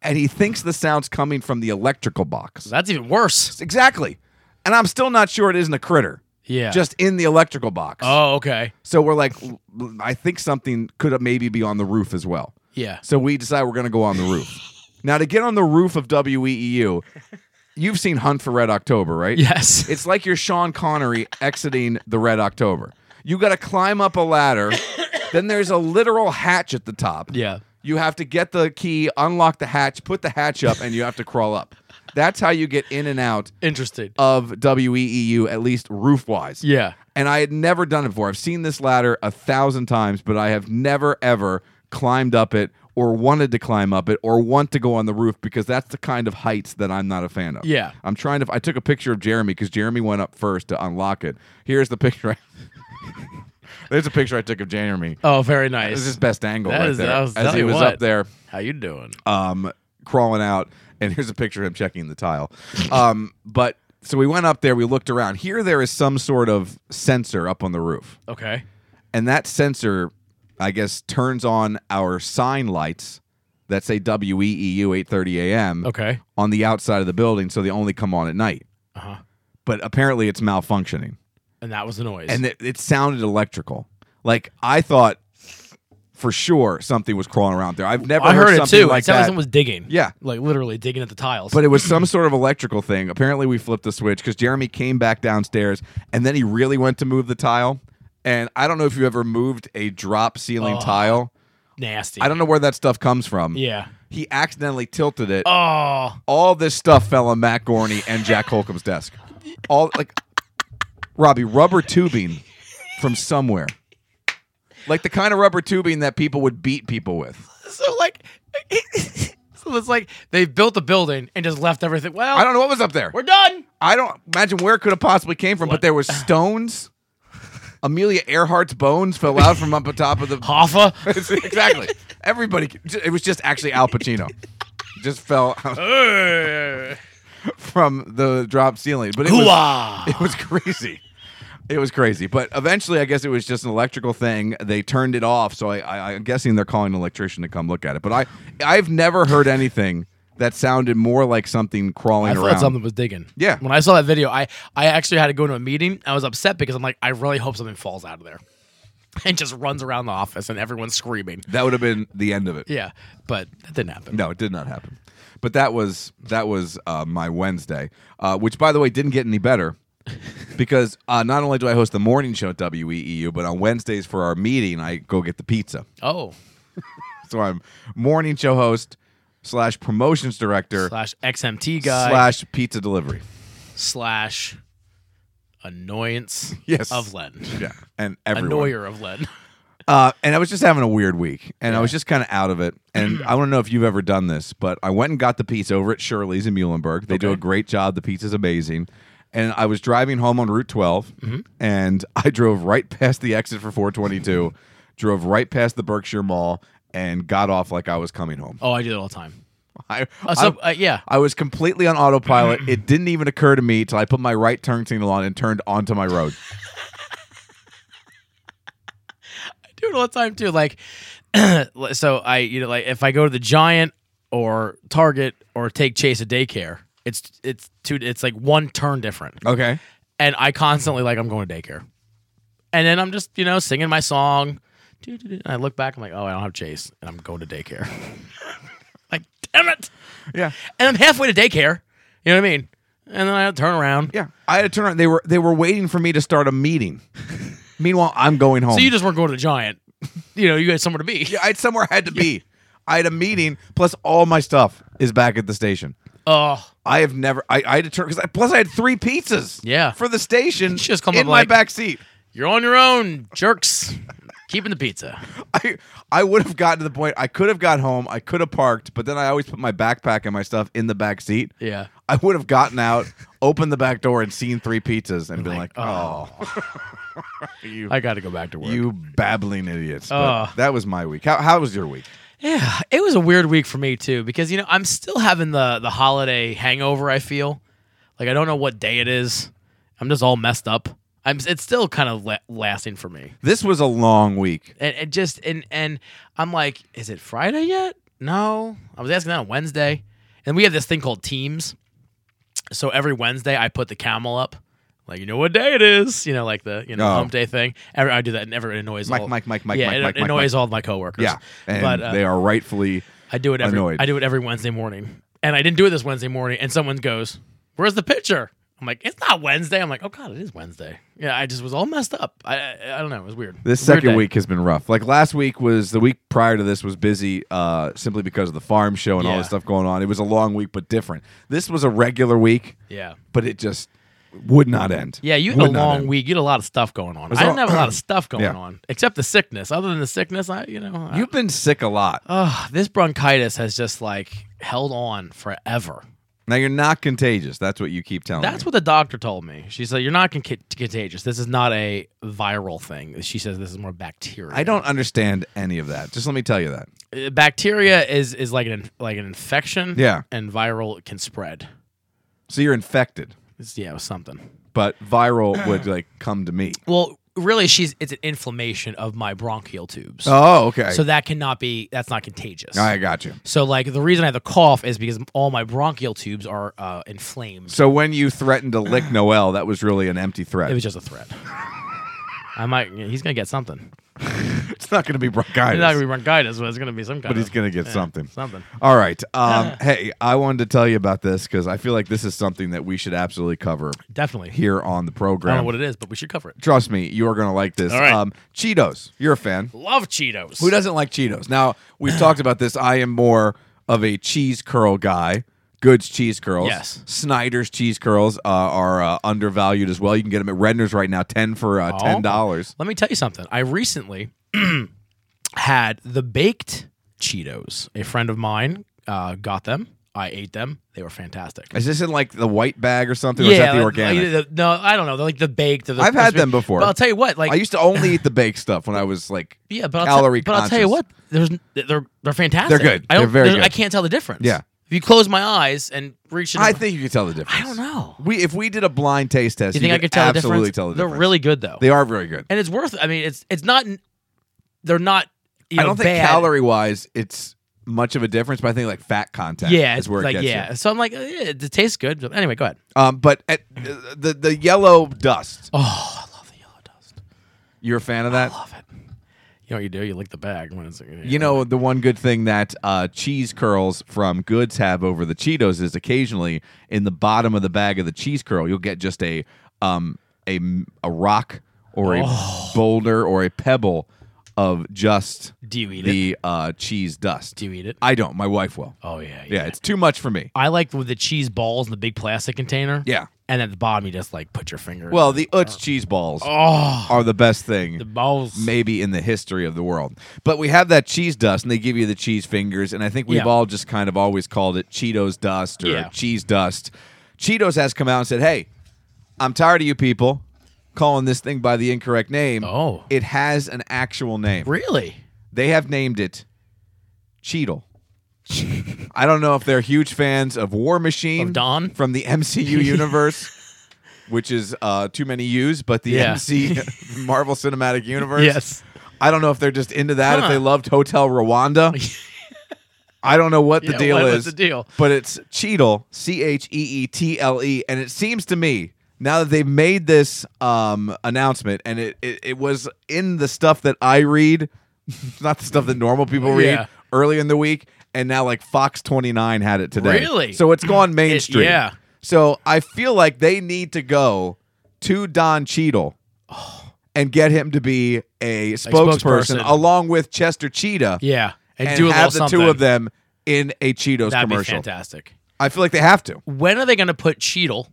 [SPEAKER 1] and he thinks the sound's coming from the electrical box.
[SPEAKER 2] That's even worse.
[SPEAKER 1] Exactly. And I'm still not sure it isn't a critter.
[SPEAKER 2] Yeah.
[SPEAKER 1] Just in the electrical box.
[SPEAKER 2] Oh, okay.
[SPEAKER 1] So we're like, "L- l- I think something could maybe be on the roof as well.
[SPEAKER 2] Yeah.
[SPEAKER 1] So we decide we're going to go on the roof. now, to get on the roof of WEEU, you've seen Hunt for Red October, right?
[SPEAKER 2] Yes.
[SPEAKER 1] It's like you're Sean Connery exiting the Red October. You got to climb up a ladder. then there's a literal hatch at the top.
[SPEAKER 2] Yeah.
[SPEAKER 1] You have to get the key, unlock the hatch, put the hatch up, and you have to crawl up. That's how you get in and out
[SPEAKER 2] Interesting.
[SPEAKER 1] of WEEU, at least roof wise.
[SPEAKER 2] Yeah.
[SPEAKER 1] And I had never done it before. I've seen this ladder a thousand times, but I have never, ever climbed up it or wanted to climb up it or want to go on the roof because that's the kind of heights that I'm not a fan of.
[SPEAKER 2] Yeah.
[SPEAKER 1] I'm trying to. I took a picture of Jeremy because Jeremy went up first to unlock it. Here's the picture. There's a picture I took of Jeremy.
[SPEAKER 2] Oh, very nice.
[SPEAKER 1] This is his best angle
[SPEAKER 2] That
[SPEAKER 1] right
[SPEAKER 2] is-
[SPEAKER 1] there.
[SPEAKER 2] I was
[SPEAKER 1] As
[SPEAKER 2] telling
[SPEAKER 1] he
[SPEAKER 2] you
[SPEAKER 1] was
[SPEAKER 2] what.
[SPEAKER 1] up there
[SPEAKER 2] How you doing?
[SPEAKER 1] um, crawling out, and here's a picture of him checking the tile. Um, but so we went up there, we looked around. Here, there is some sort of sensor up on the roof,
[SPEAKER 2] Okay.
[SPEAKER 1] and that sensor, I guess, turns on our sign lights that say E WEEU 8:30 a.m.
[SPEAKER 2] Okay.
[SPEAKER 1] on the outside of the building, so they only come on at night.
[SPEAKER 2] Uh-huh.
[SPEAKER 1] But apparently, it's malfunctioning,
[SPEAKER 2] And that was the noise.
[SPEAKER 1] and it, it sounded electrical. Like I thought. For sure, something was crawling around there. I've never
[SPEAKER 2] I
[SPEAKER 1] heard,
[SPEAKER 2] heard it
[SPEAKER 1] something
[SPEAKER 2] too.
[SPEAKER 1] like
[SPEAKER 2] it sounded like
[SPEAKER 1] that.
[SPEAKER 2] someone was digging.
[SPEAKER 1] Yeah.
[SPEAKER 2] Like literally digging at the tiles.
[SPEAKER 1] But it was some sort of electrical thing. Apparently, we flipped the switch because Jeremy came back downstairs and then he really went to move the tile. And I don't know if you ever moved a drop ceiling
[SPEAKER 2] Oh.
[SPEAKER 1] tile.
[SPEAKER 2] nasty.
[SPEAKER 1] I don't know where that stuff comes from.
[SPEAKER 2] Yeah.
[SPEAKER 1] He accidentally tilted it.
[SPEAKER 2] Oh.
[SPEAKER 1] All this stuff fell on Matt Gorney and Jack Holcomb's desk. All like Robbie, rubber tubing from somewhere. Like the kind of rubber tubing that people would beat people with.
[SPEAKER 2] So like So it's like they built the building and just left everything. Well,
[SPEAKER 1] I don't know what was up there.
[SPEAKER 2] we're done.
[SPEAKER 1] I don't imagine where it could have possibly came from, but there was stones. Amelia Earhart's bones fell out from up on top of the.
[SPEAKER 2] Hoffa.
[SPEAKER 1] exactly. Everybody. It was just actually Al Pacino. Just fell out from the drop ceiling, but it was,
[SPEAKER 2] Hooah.
[SPEAKER 1] it was crazy. It was crazy, but eventually, I guess it was just an electrical thing. They turned it off, so I, I, I'm guessing they're calling an electrician to come look at it. But I, I've never heard anything that sounded more like something crawling
[SPEAKER 2] I
[SPEAKER 1] around.
[SPEAKER 2] thought something was digging.
[SPEAKER 1] Yeah.
[SPEAKER 2] When I saw that video, I I actually had to go to a meeting. I was upset because I'm like, I really hope something falls out of there, and just runs around the office and everyone's screaming.
[SPEAKER 1] That would have been the end of it.
[SPEAKER 2] Yeah, but that didn't happen.
[SPEAKER 1] No, it did not happen. But that was that was uh, my Wednesday, uh, which by the way didn't get any better because uh, not only do I host the morning show at WEEU, but on Wednesdays for our meeting I go get the pizza.
[SPEAKER 2] Oh,
[SPEAKER 1] So I'm morning show host slash promotions director
[SPEAKER 2] slash XMT guy
[SPEAKER 1] slash pizza delivery.
[SPEAKER 2] slash annoyance
[SPEAKER 1] Yes.
[SPEAKER 2] of Len.
[SPEAKER 1] Yeah, and everyone.
[SPEAKER 2] Annoyer of Len.
[SPEAKER 1] Uh, and I was just having a weird week, and I was just kind of out of it. And I want to know if you've ever done this, but I went and got the pizza over at Shirley's in Muhlenberg. They do a great job. The pizza's amazing. And I was driving home on Route 12,
[SPEAKER 2] Mm-hmm.
[SPEAKER 1] and I drove right past the exit for 422, drove right past the Berkshire Mall, and got off like I was coming home.
[SPEAKER 2] Oh, I do that all the time.
[SPEAKER 1] I,
[SPEAKER 2] Uh, so,
[SPEAKER 1] I-
[SPEAKER 2] uh, yeah.
[SPEAKER 1] I was completely on autopilot. it didn't even occur to me till I put my right turn signal on and turned onto my road.
[SPEAKER 2] do it all the time too. Like, so I, you know, like if I go to the Giant or Target or take Chase at daycare, it's it's two, it's like one turn different,
[SPEAKER 1] Okay.
[SPEAKER 2] and I constantly like I'm going to daycare, and then I'm just you know singing my song, Doo-doo-doo. and I look back, I'm like, oh, I don't have Chase, and I'm going to daycare. like, damn it!
[SPEAKER 1] Yeah.
[SPEAKER 2] And I'm halfway to daycare. You know what I mean? And then I turn around.
[SPEAKER 1] Yeah, I had to turn. around. They were they were waiting for me to start a meeting. Meanwhile, I'm going home.
[SPEAKER 2] So you just weren't going to the Giant. You know, you had somewhere to be.
[SPEAKER 1] I had somewhere I had to be. I had a meeting. Plus, all my stuff is back at the station.
[SPEAKER 2] Oh,
[SPEAKER 1] I have never. I, I had to turn because I, plus I had three pizzas.
[SPEAKER 2] Yeah.
[SPEAKER 1] for the station.
[SPEAKER 2] should just come
[SPEAKER 1] in
[SPEAKER 2] up
[SPEAKER 1] my
[SPEAKER 2] like-
[SPEAKER 1] back seat.
[SPEAKER 2] you're on your own, jerks. Keeping the pizza.
[SPEAKER 1] I I would have gotten to the point. I could have got home. I could have parked, but then I always put my backpack and my stuff in the back seat.
[SPEAKER 2] Yeah.
[SPEAKER 1] I would have gotten out, opened the back door, and seen three pizzas, and been like, oh.
[SPEAKER 2] I got to go back to work. Oh.
[SPEAKER 1] You babbling idiots. But
[SPEAKER 2] Ugh.
[SPEAKER 1] that was my week. How, how was your week?
[SPEAKER 2] yeah, it was a weird week for me too because you know I'm still having the the holiday hangover. I feel like I don't know what day it is. I'm just all messed up. I'm. It's still kind of la- lasting for me,
[SPEAKER 1] This was a long week.
[SPEAKER 2] and it just and and I'm like, is it Friday yet? No, I was asking that on Wednesday, and we have this thing called Teams. So every Wednesday, I put the camel up. Like you know what day it is, you know, like the you know
[SPEAKER 1] Oh.
[SPEAKER 2] hump day thing. Every, I do that, and every annoys
[SPEAKER 1] Mike,
[SPEAKER 2] all,
[SPEAKER 1] Mike, Mike, Mike,
[SPEAKER 2] yeah,
[SPEAKER 1] Mike,
[SPEAKER 2] it
[SPEAKER 1] Mike, Mike,
[SPEAKER 2] annoys all of my coworkers.
[SPEAKER 1] Yeah. And
[SPEAKER 2] but uh,
[SPEAKER 1] they are rightfully.
[SPEAKER 2] I do it every
[SPEAKER 1] Annoyed.
[SPEAKER 2] I do it every Wednesday morning. And I didn't do it this Wednesday morning and someone goes, "Where's the picture?" I'm like, "It's not Wednesday." I'm like, "Oh god, it is Wednesday." Yeah, I just was all messed up. I I, I don't know, it was weird.
[SPEAKER 1] This
[SPEAKER 2] Weird
[SPEAKER 1] second
[SPEAKER 2] day.
[SPEAKER 1] week has been rough. Like last week was the week prior to this was busy uh, simply because of the farm show and all
[SPEAKER 2] Yeah.
[SPEAKER 1] this stuff going on. It was a long week, but different. This was a regular week,
[SPEAKER 2] Yeah.
[SPEAKER 1] but it just would not end.
[SPEAKER 2] Yeah, you had
[SPEAKER 1] Would
[SPEAKER 2] a
[SPEAKER 1] not
[SPEAKER 2] long
[SPEAKER 1] end.
[SPEAKER 2] week. You had a lot of stuff going on.
[SPEAKER 1] was
[SPEAKER 2] I didn't
[SPEAKER 1] all-
[SPEAKER 2] have a lot of stuff going
[SPEAKER 1] Yeah.
[SPEAKER 2] on except the sickness. Other than the sickness, I you know, I- Uh,
[SPEAKER 1] You've been sick a lot.
[SPEAKER 2] Ugh, this bronchitis has just like held on forever.
[SPEAKER 1] Now you're not contagious. That's what you keep telling
[SPEAKER 2] That's
[SPEAKER 1] me.
[SPEAKER 2] what the doctor told me. She said you're not con- contagious. This is not a viral thing. She says this is more bacteria.
[SPEAKER 1] I don't understand any of that. Just let me tell you that.
[SPEAKER 2] Uh, Bacteria is is like an in- like an infection.
[SPEAKER 1] Yeah.
[SPEAKER 2] And viral can spread.
[SPEAKER 1] So you're infected,
[SPEAKER 2] It's, yeah, it was something.
[SPEAKER 1] but viral would like come to me.
[SPEAKER 2] Well, really, she's it's an inflammation of my bronchial tubes.
[SPEAKER 1] Oh, okay.
[SPEAKER 2] So that cannot be that's not contagious.
[SPEAKER 1] I got you.
[SPEAKER 2] So like the reason I have the cough is because all my bronchial tubes are uh, inflamed.
[SPEAKER 1] So when you threatened to lick Noel, that was really an empty threat.
[SPEAKER 2] It was just a threat. I might. He's gonna get something.
[SPEAKER 1] it's not going to be bronchitis,
[SPEAKER 2] He's not gonna be bronchitis, but it's gonna be some kind.
[SPEAKER 1] but he's
[SPEAKER 2] of-
[SPEAKER 1] going to get
[SPEAKER 2] yeah,
[SPEAKER 1] something.
[SPEAKER 2] Something.
[SPEAKER 1] All right. Um, hey, I wanted to tell you about this because I feel like this is something that we should absolutely cover
[SPEAKER 2] Definitely.
[SPEAKER 1] here on the
[SPEAKER 2] I
[SPEAKER 1] program.
[SPEAKER 2] don't know what it is, but we should cover it.
[SPEAKER 1] Trust me, you are going to like this. Um,
[SPEAKER 2] All right.
[SPEAKER 1] Cheetos, you're a fan.
[SPEAKER 2] Love Cheetos.
[SPEAKER 1] Who doesn't like Cheetos? Now, we've talked about this. I am more of a cheese curl guy. Goods cheese curls.
[SPEAKER 2] Yes.
[SPEAKER 1] Snyder's cheese curls uh, are uh, undervalued as well. You can get them at Redner's right now, 10 for
[SPEAKER 2] Oh.
[SPEAKER 1] uh, $10.
[SPEAKER 2] Let me tell you something. I recently had the baked Cheetos. A friend of mine uh, got them. I ate them. They were fantastic.
[SPEAKER 1] Is this in like the white bag or something? or is that the
[SPEAKER 2] like-
[SPEAKER 1] organic?
[SPEAKER 2] like the- no, I don't know. They're like the baked. or the-
[SPEAKER 1] I've had them before.
[SPEAKER 2] But I'll tell you what, like
[SPEAKER 1] I used to only eat the baked stuff when I was like
[SPEAKER 2] Yeah, but
[SPEAKER 1] calorie
[SPEAKER 2] I'll tell, but I'll tell you
[SPEAKER 1] conscious.
[SPEAKER 2] what, there's n- they're they're fantastic.
[SPEAKER 1] They're good.
[SPEAKER 2] I don't,
[SPEAKER 1] They're very
[SPEAKER 2] there's- I
[SPEAKER 1] good.
[SPEAKER 2] can't tell the difference.
[SPEAKER 1] Yeah.
[SPEAKER 2] If you close my eyes and reach, in
[SPEAKER 1] I
[SPEAKER 2] and-
[SPEAKER 1] think you can tell the difference.
[SPEAKER 2] I don't know.
[SPEAKER 1] We if we did a blind taste test,
[SPEAKER 2] Do you think I could tell the difference?
[SPEAKER 1] absolutely tell the difference.
[SPEAKER 2] They're really good though,
[SPEAKER 1] they are very good.
[SPEAKER 2] and it's worth. I mean, it's it's not. They're not. You
[SPEAKER 1] I
[SPEAKER 2] know,
[SPEAKER 1] don't think
[SPEAKER 2] bad.
[SPEAKER 1] calorie wise it's much of a difference, but I think like fat content
[SPEAKER 2] Yeah,
[SPEAKER 1] is
[SPEAKER 2] it's
[SPEAKER 1] where
[SPEAKER 2] like
[SPEAKER 1] it gets
[SPEAKER 2] yeah. So I'm like, eh, it, it tastes good. But anyway, go ahead.
[SPEAKER 1] you. Um, but at, uh, the the yellow dust,
[SPEAKER 2] Oh, I love the yellow dust.
[SPEAKER 1] you're a fan of that.
[SPEAKER 2] Love it. You know what you do? You lick the bag when it's. eh,
[SPEAKER 1] You know the one good thing that uh, cheese curls from Goods have over the Cheetos is occasionally in the bottom of the bag of the cheese curl you'll get just a um a a rock or a
[SPEAKER 2] Oh.
[SPEAKER 1] boulder or a pebble of just
[SPEAKER 2] Do you eat
[SPEAKER 1] the uh, cheese dust.
[SPEAKER 2] Do you eat it?
[SPEAKER 1] I don't. My wife will.
[SPEAKER 2] Oh yeah, yeah.
[SPEAKER 1] Yeah, it's too much for me.
[SPEAKER 2] I like with the cheese balls in the big plastic container.
[SPEAKER 1] Yeah.
[SPEAKER 2] And at the bottom, you just like put your finger.
[SPEAKER 1] Well, the Utz cheese balls
[SPEAKER 2] oh,
[SPEAKER 1] are the best thing.
[SPEAKER 2] the balls.
[SPEAKER 1] maybe in the history of the world. But we have that cheese dust, and they give you the cheese fingers, and I think we've
[SPEAKER 2] Yeah.
[SPEAKER 1] all just kind of always called it Cheetos dust or
[SPEAKER 2] Yeah.
[SPEAKER 1] cheese dust. Cheetos has come out and said, "Hey, I'm tired of you people calling this thing by the incorrect name.
[SPEAKER 2] Oh.
[SPEAKER 1] It has an actual name.
[SPEAKER 2] Really?
[SPEAKER 1] They have named it Cheetle." I don't know if they're huge fans of War Machine
[SPEAKER 2] Of Don?
[SPEAKER 1] from the MCU universe. Which is uh, too many U's, but the
[SPEAKER 2] Yeah.
[SPEAKER 1] MC Marvel Cinematic Universe.
[SPEAKER 2] Yes.
[SPEAKER 1] I don't know if they're just into that. If
[SPEAKER 2] Huh.
[SPEAKER 1] they loved Hotel Rwanda, I don't know what the
[SPEAKER 2] Yeah,
[SPEAKER 1] deal
[SPEAKER 2] what-
[SPEAKER 1] is.
[SPEAKER 2] what's the deal?
[SPEAKER 1] But it's Cheetle, C H E E T L E, and it seems to me now that they've made this um, announcement, and it, it it was in the stuff that I read, not the stuff that normal people read
[SPEAKER 2] Yeah.
[SPEAKER 1] early in the week, and now like Fox twenty nine had it today.
[SPEAKER 2] Really?
[SPEAKER 1] So it's gone mainstream.
[SPEAKER 2] yeah.
[SPEAKER 1] So I feel like they need to go to Don Cheadle and get him to be a spokesperson,
[SPEAKER 2] spokesperson.
[SPEAKER 1] along with Chester Cheetah.
[SPEAKER 2] Yeah. And,
[SPEAKER 1] and,
[SPEAKER 2] do a
[SPEAKER 1] have the
[SPEAKER 2] little something.
[SPEAKER 1] two of them in a Cheetos
[SPEAKER 2] That'd be
[SPEAKER 1] commercial.
[SPEAKER 2] fantastic.
[SPEAKER 1] I feel like they have to.
[SPEAKER 2] When are they going to put Cheetle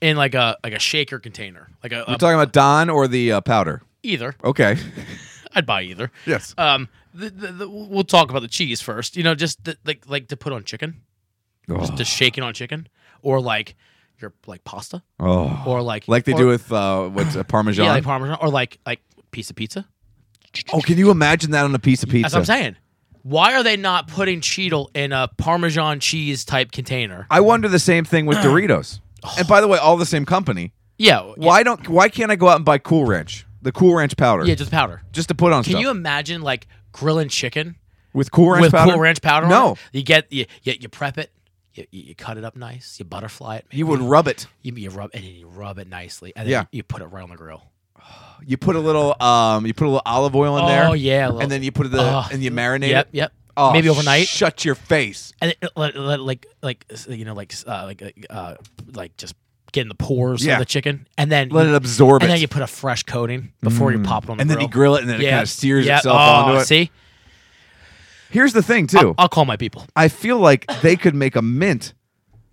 [SPEAKER 2] in like a like a shaker container? Like a,
[SPEAKER 1] We're
[SPEAKER 2] a-
[SPEAKER 1] talking about Don or the uh, powder.
[SPEAKER 2] either.
[SPEAKER 1] Okay.
[SPEAKER 2] I'd buy either.
[SPEAKER 1] Yes.
[SPEAKER 2] Um. The, the, the, we'll talk about the cheese first. You know, just the, like like to put on chicken, just to shake it on chicken, or like your like pasta,
[SPEAKER 1] Oh.
[SPEAKER 2] or like
[SPEAKER 1] Like they
[SPEAKER 2] or-
[SPEAKER 1] do with uh, what's uh, Parmesan.
[SPEAKER 2] yeah, like parmesan, or like like piece of pizza.
[SPEAKER 1] oh, can you imagine that on a piece of pizza?
[SPEAKER 2] That's what I'm saying. Why are they not putting Cheetle in a Parmesan cheese type container?
[SPEAKER 1] I wonder the same thing with Doritos. and by the way, all the same company.
[SPEAKER 2] Yeah.
[SPEAKER 1] Why don't? Why can't I go out and buy Cool Ranch, the Cool Ranch powder?
[SPEAKER 2] Yeah, just powder.
[SPEAKER 1] just to put on
[SPEAKER 2] Can
[SPEAKER 1] stuff
[SPEAKER 2] you imagine like grilling chicken
[SPEAKER 1] with Cool Ranch
[SPEAKER 2] with
[SPEAKER 1] powder.
[SPEAKER 2] cool ranch powder? on
[SPEAKER 1] No,
[SPEAKER 2] it? you get you, you you prep it, you, you you cut it up nice, you butterfly it,
[SPEAKER 1] you would rub it.
[SPEAKER 2] you, you rub and then you rub it nicely, and then
[SPEAKER 1] Yeah.
[SPEAKER 2] you, you put it right on the grill.
[SPEAKER 1] You put a little, um, you put a little olive oil in
[SPEAKER 2] Oh,
[SPEAKER 1] there.
[SPEAKER 2] yeah, a little-
[SPEAKER 1] and then you put the
[SPEAKER 2] Oh,
[SPEAKER 1] and you marinate.
[SPEAKER 2] Yep,
[SPEAKER 1] it.
[SPEAKER 2] yep.
[SPEAKER 1] Oh,
[SPEAKER 2] Maybe overnight,
[SPEAKER 1] Shut your face.
[SPEAKER 2] and it, let- let- like like you know like uh, like uh, like just get in the pores
[SPEAKER 1] Yeah.
[SPEAKER 2] of the chicken, and then
[SPEAKER 1] Let it absorb
[SPEAKER 2] and
[SPEAKER 1] it. Mm.
[SPEAKER 2] then you put a fresh coating before you pop it on the
[SPEAKER 1] And
[SPEAKER 2] grill.
[SPEAKER 1] then you grill it, and then it
[SPEAKER 2] yeah.
[SPEAKER 1] kind of sears
[SPEAKER 2] yeah.
[SPEAKER 1] itself
[SPEAKER 2] oh,
[SPEAKER 1] onto it.
[SPEAKER 2] See, Uh,
[SPEAKER 1] Here's the thing, too.
[SPEAKER 2] I'll call my people.
[SPEAKER 1] I feel like they could make a mint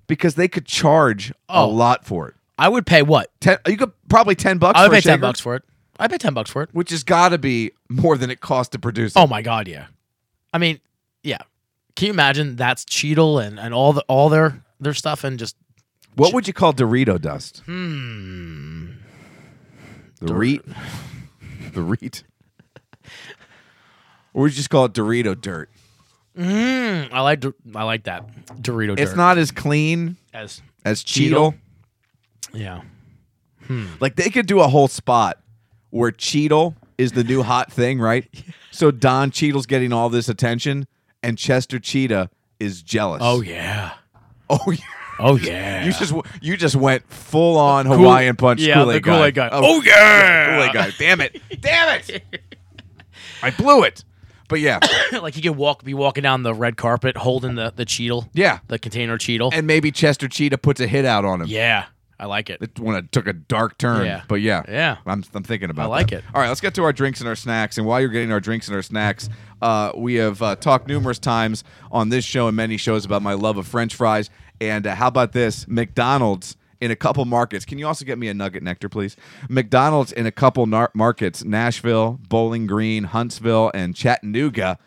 [SPEAKER 1] because they could charge a
[SPEAKER 2] Oh.
[SPEAKER 1] lot for it.
[SPEAKER 2] I would pay what?
[SPEAKER 1] Ten, you could probably ten bucks.
[SPEAKER 2] I would
[SPEAKER 1] for a
[SPEAKER 2] pay ten
[SPEAKER 1] shaker,
[SPEAKER 2] bucks for it. I pay ten bucks for it.
[SPEAKER 1] which has got to be more than it costs to produce. it.
[SPEAKER 2] Oh my god, yeah. I mean, yeah. Can you imagine that's Cheadle and, and all the all their their stuff and just
[SPEAKER 1] What would you call Dorito dust? Hmm.
[SPEAKER 2] Hmm.
[SPEAKER 1] The reet. The reet. Or would you just call it Dorito dirt?
[SPEAKER 2] Mm, I like Dor- I like that Dorito.
[SPEAKER 1] It's
[SPEAKER 2] dirt
[SPEAKER 1] not as clean
[SPEAKER 2] as
[SPEAKER 1] as
[SPEAKER 2] Cheetle.
[SPEAKER 1] Cheetle.
[SPEAKER 2] yeah.
[SPEAKER 1] Like they could do a whole spot where Cheetle is the new hot thing, right? So Don Cheetle's getting all this attention, and Chester Cheetah is jealous.
[SPEAKER 2] Oh yeah.
[SPEAKER 1] oh yeah.
[SPEAKER 2] Oh yeah.
[SPEAKER 1] You just you just went full on Hawaiian punch.
[SPEAKER 2] Yeah,
[SPEAKER 1] Kool-Aid
[SPEAKER 2] the Kool-Aid guy.
[SPEAKER 1] Oh yeah, Kool-Aid guy. Damn it, damn it! I blew it. But yeah,
[SPEAKER 2] like he could walk, be walking down the red carpet holding the the cheetle.
[SPEAKER 1] Yeah.
[SPEAKER 2] the container cheetle.
[SPEAKER 1] and maybe Chester Cheetah puts a hit out on him.
[SPEAKER 2] yeah, I like it.
[SPEAKER 1] It when it took a dark turn.
[SPEAKER 2] Yeah.
[SPEAKER 1] But yeah.
[SPEAKER 2] Yeah.
[SPEAKER 1] I'm, I'm thinking about
[SPEAKER 2] I like
[SPEAKER 1] that.
[SPEAKER 2] it.
[SPEAKER 1] All right, let's get to our drinks and our snacks. And while you're getting our drinks and our snacks, uh, we have uh, talked numerous times on this show and many shows about my love of French fries. And uh, how about this? McDonald's in a couple markets. Can you also get me a nugget nectar, please? McDonald's in a couple nar- markets Nashville, Bowling Green, Huntsville, and Chattanooga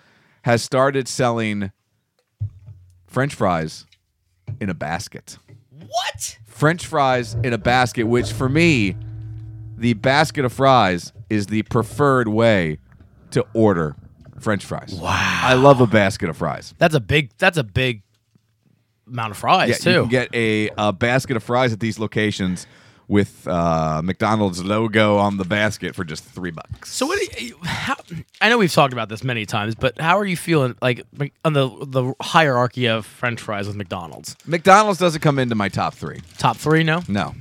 [SPEAKER 1] has started selling French fries in a basket.
[SPEAKER 2] What?
[SPEAKER 1] French fries in a basket, which for me, the basket of fries is the preferred way to order French fries. Wow. I love a basket of fries.
[SPEAKER 2] That's a big. That's a big amount of fries
[SPEAKER 1] Yeah,
[SPEAKER 2] too.
[SPEAKER 1] you can get a, a basket of fries at these locations with uh, McDonald's logo on the basket for just three bucks.
[SPEAKER 2] So what? do you- How, I know we've talked about this many times, but how are you feeling like Mc- on the the hierarchy of French fries with McDonald's?
[SPEAKER 1] McDonald's doesn't come into my top three.
[SPEAKER 2] Top three? No,
[SPEAKER 1] No.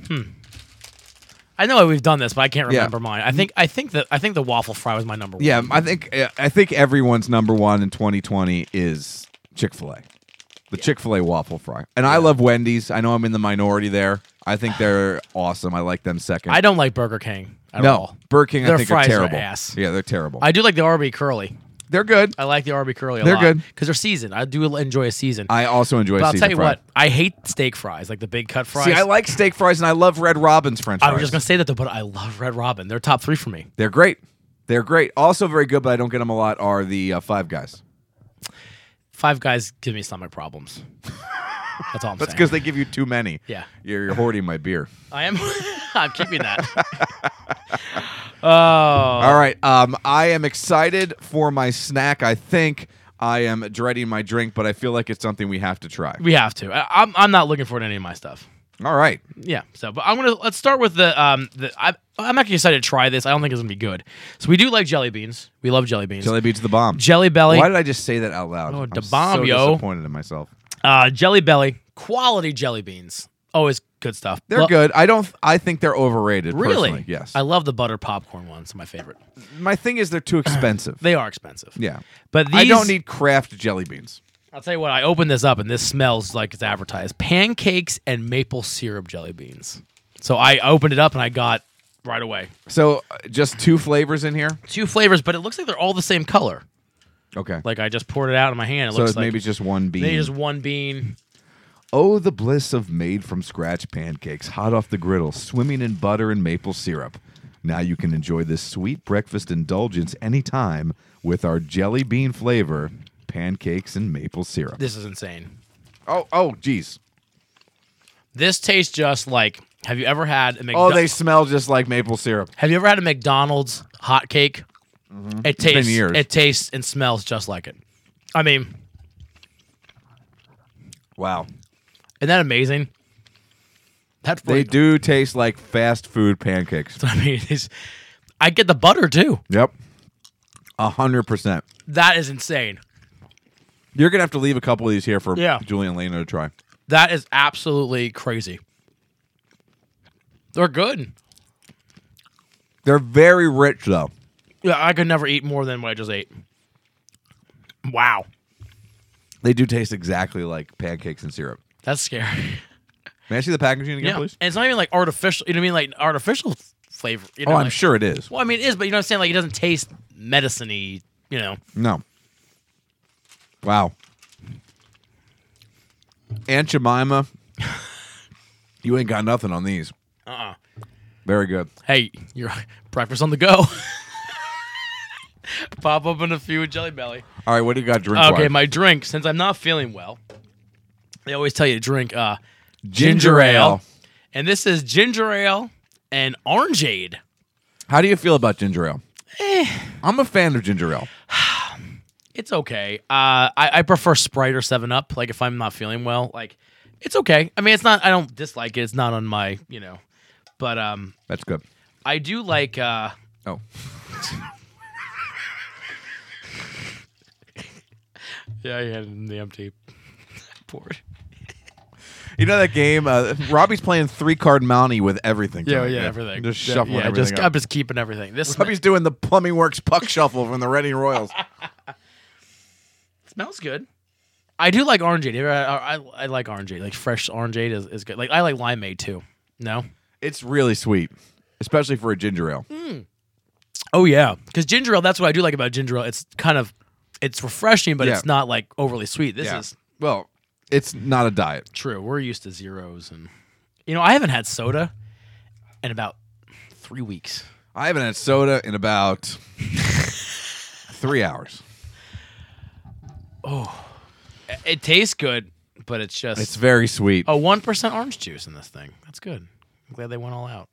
[SPEAKER 2] I know we've done this, but I can't
[SPEAKER 1] Yeah.
[SPEAKER 2] remember mine. I think I think the I think the waffle fry was my number one.
[SPEAKER 1] Yeah, I think uh, I think everyone's number one in 2020 is Chick Fil A, the Chick Fil A waffle fry, and I love Wendy's. I know I'm in the minority there. I think they're awesome. I like them second.
[SPEAKER 2] I don't like Burger King at
[SPEAKER 1] no
[SPEAKER 2] all.
[SPEAKER 1] Burger King.
[SPEAKER 2] Their
[SPEAKER 1] I think
[SPEAKER 2] fries
[SPEAKER 1] are terrible.
[SPEAKER 2] ass.
[SPEAKER 1] Yeah, they're terrible.
[SPEAKER 2] I Uh, do like the Arby curly.
[SPEAKER 1] they're good.
[SPEAKER 2] I like the Arby curly a
[SPEAKER 1] They're
[SPEAKER 2] lot.
[SPEAKER 1] good.
[SPEAKER 2] because they're seasoned. I do enjoy a season.
[SPEAKER 1] I also enjoy.
[SPEAKER 2] but I'll
[SPEAKER 1] Caesar
[SPEAKER 2] tell you
[SPEAKER 1] fry.
[SPEAKER 2] what, I hate steak fries, like the big cut fries.
[SPEAKER 1] See, I like steak fries and I love Red Robin's French fries.
[SPEAKER 2] I was just gonna say that, though, but I love Red Robin. They're top three for me.
[SPEAKER 1] They're great. They're great. Also very good, but I don't get them a lot. Are the uh, Five Guys?
[SPEAKER 2] Five Guys give me stomach problems. That's all I'm
[SPEAKER 1] That's
[SPEAKER 2] saying.
[SPEAKER 1] because they give you too many.
[SPEAKER 2] Yeah.
[SPEAKER 1] you're, you're hoarding my beer.
[SPEAKER 2] I am. I'm keeping that. oh,
[SPEAKER 1] All right. Um, I am excited for my snack. I think I am dreading my drink, but I feel like it's something we have to try.
[SPEAKER 2] we have to. I, I'm. I'm not looking forward to any of my stuff.
[SPEAKER 1] All right.
[SPEAKER 2] Yeah. So, but I'm gonna let's start with the um. The, I, I'm actually excited to try this. I don't think it's gonna be good. So we do like jelly beans. We love jelly beans.
[SPEAKER 1] Jelly beans the bomb.
[SPEAKER 2] Jelly belly.
[SPEAKER 1] Why did I just say that out loud?
[SPEAKER 2] Oh,
[SPEAKER 1] I'm
[SPEAKER 2] da bomb,
[SPEAKER 1] so
[SPEAKER 2] yo.
[SPEAKER 1] disappointed in myself.
[SPEAKER 2] Uh, jelly belly. Quality jelly beans. Always good stuff.
[SPEAKER 1] They're
[SPEAKER 2] Lo-
[SPEAKER 1] good. I don't. I think they're overrated.
[SPEAKER 2] Really?
[SPEAKER 1] personally. Yes.
[SPEAKER 2] I love the butter popcorn ones. My favorite.
[SPEAKER 1] my thing is they're too expensive.
[SPEAKER 2] They are expensive.
[SPEAKER 1] yeah.
[SPEAKER 2] But these,
[SPEAKER 1] I don't need Kraft jelly beans.
[SPEAKER 2] I'll tell you what. I opened this up and this smells like it's advertised: pancakes and maple syrup jelly beans. So I opened it up and I got right away
[SPEAKER 1] So uh, just two flavors in here.
[SPEAKER 2] two flavors, but it looks like they're all the same color.
[SPEAKER 1] Okay.
[SPEAKER 2] Like I just poured it out in my hand. It
[SPEAKER 1] so
[SPEAKER 2] looks
[SPEAKER 1] it's maybe
[SPEAKER 2] like
[SPEAKER 1] just one bean.
[SPEAKER 2] maybe just one bean.
[SPEAKER 1] Oh, the bliss of made from scratch pancakes, hot off the griddle, swimming in butter and maple syrup. Now you can enjoy this sweet breakfast indulgence anytime with our jelly bean flavor pancakes and maple syrup.
[SPEAKER 2] This is insane.
[SPEAKER 1] Oh, oh, geez.
[SPEAKER 2] This tastes just like. Have you ever had a
[SPEAKER 1] Oh,
[SPEAKER 2] McDonald's?
[SPEAKER 1] they smell just like maple syrup.
[SPEAKER 2] Have you ever had a McDonald's hot cake? It tastes.
[SPEAKER 1] Mm-hmm. years.
[SPEAKER 2] It tastes and smells just like it. I mean, isn't
[SPEAKER 1] Wow.
[SPEAKER 2] that amazing? That's
[SPEAKER 1] They
[SPEAKER 2] pretty-
[SPEAKER 1] do taste like fast food pancakes.
[SPEAKER 2] I mean, it's, I get the butter too.
[SPEAKER 1] Yep. A hundred percent.
[SPEAKER 2] That is insane.
[SPEAKER 1] You're gonna have to leave a couple of these here for
[SPEAKER 2] Yeah.
[SPEAKER 1] Julian Lena to try.
[SPEAKER 2] That is absolutely crazy. They're good.
[SPEAKER 1] They're very rich though.
[SPEAKER 2] Yeah, I could never eat more than what I just ate. Wow,
[SPEAKER 1] They do taste exactly like pancakes and syrup.
[SPEAKER 2] that's scary.
[SPEAKER 1] May I see the packaging again,
[SPEAKER 2] Yeah, and
[SPEAKER 1] please?
[SPEAKER 2] it's not even like artificial. You know what I mean? Like artificial flavor. You know,
[SPEAKER 1] Oh, I'm
[SPEAKER 2] like-
[SPEAKER 1] sure it is.
[SPEAKER 2] Well, I mean, it is, but you know what I'm saying? Like, it doesn't taste medicine-y, you know.
[SPEAKER 1] No. Wow. Aunt Jemima, you ain't got nothing on these. Uh
[SPEAKER 2] Uh-uh.
[SPEAKER 1] Very good.
[SPEAKER 2] Hey, your breakfast on the go. Pop open a few with Jelly Belly.
[SPEAKER 1] All right, what do you got drink
[SPEAKER 2] Okay, my drink, since I'm not feeling well, They always tell you to drink uh,
[SPEAKER 1] Ginger ale.
[SPEAKER 2] and this is ginger ale and orangeade.
[SPEAKER 1] How do you feel about ginger ale?
[SPEAKER 2] Eh.
[SPEAKER 1] I'm a fan of ginger ale.
[SPEAKER 2] It's okay. Uh, I, I prefer Sprite or Seven Up. Like if I'm not feeling well, like it's okay. I mean, it's not. I don't dislike it. It's not on my, you know, but um,
[SPEAKER 1] That's good.
[SPEAKER 2] I do like. Uh,
[SPEAKER 1] Oh,
[SPEAKER 2] yeah, I had it in the empty board.
[SPEAKER 1] you know that game? Uh, Robbie's playing three card Mountie with everything.
[SPEAKER 2] Yeah,
[SPEAKER 1] tonight.
[SPEAKER 2] yeah, everything.
[SPEAKER 1] Just
[SPEAKER 2] Yeah,
[SPEAKER 1] shuffling
[SPEAKER 2] yeah,
[SPEAKER 1] everything.
[SPEAKER 2] Just,
[SPEAKER 1] up.
[SPEAKER 2] I'm just keeping everything. This
[SPEAKER 1] Robbie's doing the Plumbing Works puck shuffle from the Reading Royals.
[SPEAKER 2] smells good. I do like orangeade. I, I, I like orangeade. Like fresh orangeade is, is good. Like I like limeade too. No.
[SPEAKER 1] It's really sweet, especially for a ginger ale.
[SPEAKER 2] Mm-hmm. Oh yeah, because ginger ale. That's what I do like about ginger ale. It's kind of, it's refreshing, but
[SPEAKER 1] Yeah.
[SPEAKER 2] it's not like overly sweet. This
[SPEAKER 1] Yeah.
[SPEAKER 2] is
[SPEAKER 1] Well, it's not a diet.
[SPEAKER 2] true. We're used to zeros, and you know I haven't had soda in about three weeks.
[SPEAKER 1] I haven't had soda in about three hours.
[SPEAKER 2] It tastes good, but it's just
[SPEAKER 1] It's very sweet.
[SPEAKER 2] a one percent orange juice in this thing. That's good. I'm glad they went all out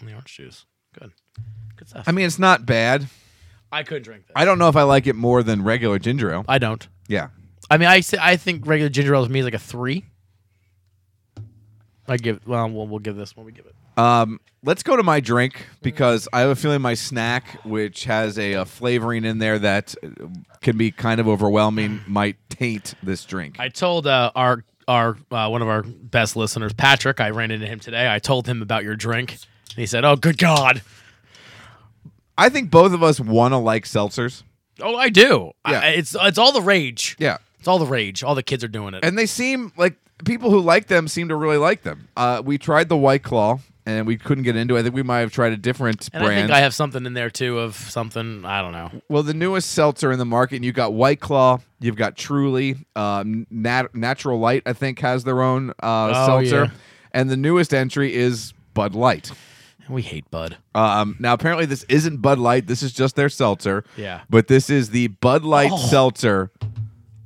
[SPEAKER 2] on the orange juice. Good, good stuff.
[SPEAKER 1] I mean, it's not bad.
[SPEAKER 2] I couldn't drink that.
[SPEAKER 1] I don't know if I like it more than regular ginger ale.
[SPEAKER 2] I don't.
[SPEAKER 1] Yeah.
[SPEAKER 2] I mean, I say- I think regular ginger ale to me is like a three. I give well, we'll, we'll give this one. We give it.
[SPEAKER 1] Um, let's go to my drink
[SPEAKER 2] Mm.
[SPEAKER 1] because I have a feeling my snack, which has a, uh flavoring in there that uh, can be kind of overwhelming, might taint this drink.
[SPEAKER 2] Mm. I told uh, our our uh, one of our best listeners, Patrick. I ran into him today. I told him about your drink, and he said, "Oh, good God!
[SPEAKER 1] I think both of us want to like seltzers.
[SPEAKER 2] Oh, I do. I-
[SPEAKER 1] Yeah.
[SPEAKER 2] it's it's all the rage.
[SPEAKER 1] Yeah.
[SPEAKER 2] it's all the rage. All the kids are doing it.
[SPEAKER 1] and they seem like people who like them seem to really like them. Uh, we tried the White Claw and we couldn't get into it. I think we might have tried a different
[SPEAKER 2] And I
[SPEAKER 1] brand.
[SPEAKER 2] think I have something in there too of something. I don't know.
[SPEAKER 1] well, the newest seltzer in the market, and you've got White Claw, you've got Truly, um, Nat- Natural Light, I think, has their own uh, seltzer.
[SPEAKER 2] Oh, yeah.
[SPEAKER 1] And the newest entry is Bud Light.
[SPEAKER 2] We hate Bud.
[SPEAKER 1] Um, now, apparently, this isn't Bud Light. This is just their seltzer.
[SPEAKER 2] Yeah. Oh.
[SPEAKER 1] But this is the Bud Light Seltzer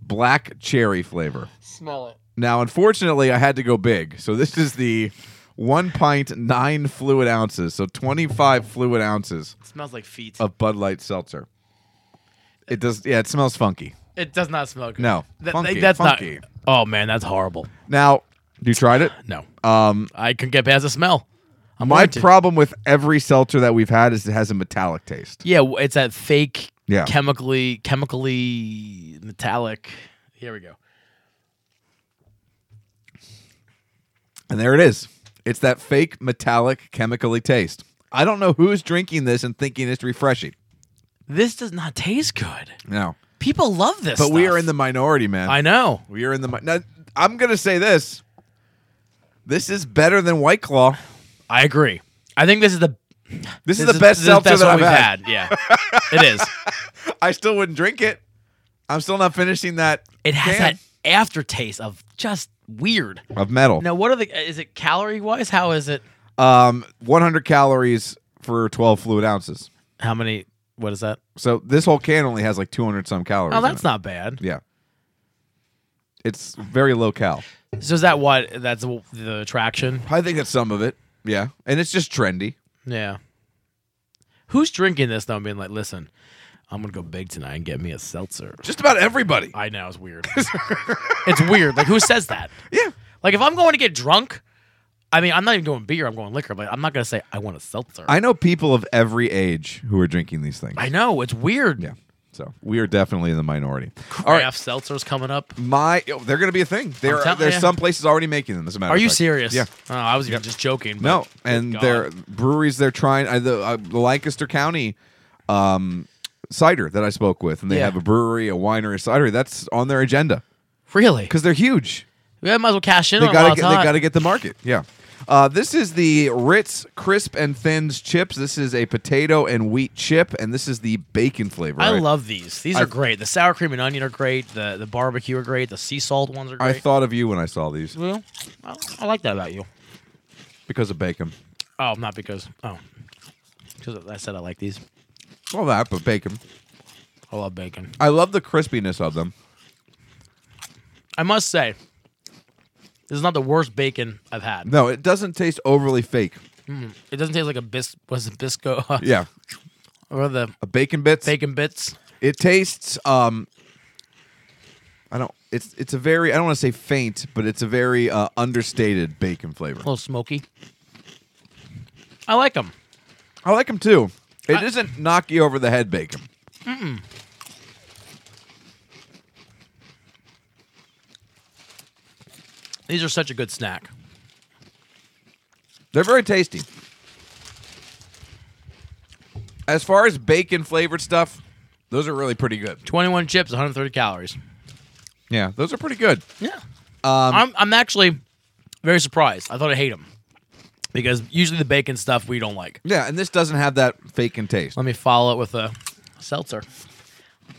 [SPEAKER 1] Black Cherry flavor.
[SPEAKER 2] Smell it.
[SPEAKER 1] Now, unfortunately, I had to go big. So this is the one pint, nine fluid ounces. So 25 fluid ounces
[SPEAKER 2] smells like feet.
[SPEAKER 1] of Bud Light seltzer. It does, yeah, it smells funky.
[SPEAKER 2] It does not smell good.
[SPEAKER 1] No.
[SPEAKER 2] That-
[SPEAKER 1] Funky,
[SPEAKER 2] that's
[SPEAKER 1] funky.
[SPEAKER 2] not. Oh man, that's horrible.
[SPEAKER 1] Now, you tried it?
[SPEAKER 2] No,
[SPEAKER 1] Um,
[SPEAKER 2] I couldn't get past the smell. I'm
[SPEAKER 1] my
[SPEAKER 2] going to.
[SPEAKER 1] problem with every seltzer that we've had is it has a metallic taste.
[SPEAKER 2] Yeah, w- it's that fake,
[SPEAKER 1] Yeah.
[SPEAKER 2] chemically, chemically metallic. Here we go.
[SPEAKER 1] And there it is. It's that fake metallic chemically taste. I don't know who's drinking this and thinking it's refreshing.
[SPEAKER 2] This does not taste good.
[SPEAKER 1] No.
[SPEAKER 2] People love this,
[SPEAKER 1] But we
[SPEAKER 2] stuff.
[SPEAKER 1] are in the minority, man.
[SPEAKER 2] I know.
[SPEAKER 1] We are in the mi- now. I'm gonna say this. This is better than White Claw.
[SPEAKER 2] I agree. I think this is the
[SPEAKER 1] This, is the best
[SPEAKER 2] this is
[SPEAKER 1] seltzer that I've
[SPEAKER 2] one we've
[SPEAKER 1] had.
[SPEAKER 2] Yeah, it is.
[SPEAKER 1] I still wouldn't drink it. I'm still not finishing that.
[SPEAKER 2] It has
[SPEAKER 1] can
[SPEAKER 2] that aftertaste of just weird.
[SPEAKER 1] of metal.
[SPEAKER 2] Now, what are the? Is it calorie wise? How is it?
[SPEAKER 1] Um, 100 calories for 12 fluid ounces.
[SPEAKER 2] How many? What is that?
[SPEAKER 1] So this whole can only has like 200 some calories.
[SPEAKER 2] Oh,
[SPEAKER 1] in
[SPEAKER 2] that's
[SPEAKER 1] it.
[SPEAKER 2] not bad.
[SPEAKER 1] Yeah. It's very low cal.
[SPEAKER 2] So is that what? That's the- the attraction.
[SPEAKER 1] I think that's some of it. Yeah, and it's just trendy.
[SPEAKER 2] Yeah. Who's drinking this though? and Being like, listen, I'm gonna go big tonight and get me a seltzer.
[SPEAKER 1] Just about everybody.
[SPEAKER 2] I know it's weird. it's weird. Like who says that?
[SPEAKER 1] Yeah.
[SPEAKER 2] Like if I'm going to get drunk, I mean I'm not even going beer. I'm going liquor. But I'm not gonna say I want a seltzer.
[SPEAKER 1] I know people of every age who are drinking these things.
[SPEAKER 2] I know it's weird.
[SPEAKER 1] Yeah. So we are definitely in the minority. All
[SPEAKER 2] Craft
[SPEAKER 1] right.
[SPEAKER 2] seltzers coming up.
[SPEAKER 1] My, oh, they're going to be a thing. There,
[SPEAKER 2] tell-
[SPEAKER 1] there's
[SPEAKER 2] yeah.
[SPEAKER 1] some places already making them. As a matter
[SPEAKER 2] Are
[SPEAKER 1] of
[SPEAKER 2] you
[SPEAKER 1] fact.
[SPEAKER 2] serious?
[SPEAKER 1] Yeah.
[SPEAKER 2] Oh, I was even just joking. but
[SPEAKER 1] No,
[SPEAKER 2] good
[SPEAKER 1] and
[SPEAKER 2] God.
[SPEAKER 1] there breweries they're trying. Uh, the, uh, the Lancaster County um, cider that I spoke with, and they
[SPEAKER 2] Yeah.
[SPEAKER 1] have a brewery, a winery, a cidery that's on their agenda
[SPEAKER 2] really
[SPEAKER 1] because they're huge.
[SPEAKER 2] we might as Oh, well cash in.
[SPEAKER 1] They
[SPEAKER 2] on it
[SPEAKER 1] gotta
[SPEAKER 2] while
[SPEAKER 1] get,
[SPEAKER 2] it's
[SPEAKER 1] they
[SPEAKER 2] hot.
[SPEAKER 1] gotta get the market. Yeah. Uh, this is the Ritz Crisp and Thins chips. This is a potato and wheat chip, and this is the bacon flavor.
[SPEAKER 2] I
[SPEAKER 1] right?
[SPEAKER 2] love these. These are
[SPEAKER 1] I've-
[SPEAKER 2] great. The sour cream and onion are great. The the barbecue are great. The sea salt ones are
[SPEAKER 1] I
[SPEAKER 2] great.
[SPEAKER 1] thought of you when I saw these
[SPEAKER 2] Well, I, I like that about you.
[SPEAKER 1] because of bacon.
[SPEAKER 2] Oh, not because. Oh, because I said I like these.
[SPEAKER 1] All that, but bacon.
[SPEAKER 2] I love bacon.
[SPEAKER 1] I love the crispiness of them.
[SPEAKER 2] I must say, This is not the worst bacon I've had.
[SPEAKER 1] No, it doesn't taste overly fake.
[SPEAKER 2] It doesn't taste like a bis was it Bisco
[SPEAKER 1] Yeah,
[SPEAKER 2] or the
[SPEAKER 1] a bacon bits.
[SPEAKER 2] bacon bits.
[SPEAKER 1] It tastes. Um, I don't. It's it's a very. I don't want to say faint, but it's a very uh, understated bacon flavor.
[SPEAKER 2] A little smoky. I like them.
[SPEAKER 1] I like them too. It
[SPEAKER 2] I-
[SPEAKER 1] not knock you over the head bacon.
[SPEAKER 2] These are such a good snack.
[SPEAKER 1] They're very tasty. As far as bacon flavored stuff, those are really pretty good.
[SPEAKER 2] 21 chips, 130 calories.
[SPEAKER 1] Yeah, those are pretty good.
[SPEAKER 2] Yeah.
[SPEAKER 1] Um,
[SPEAKER 2] I'm, I'm actually very surprised. I thought I'd hate them because usually the bacon stuff we don't like.
[SPEAKER 1] Yeah, and this doesn't have that fake and taste.
[SPEAKER 2] Let me follow it with a seltzer.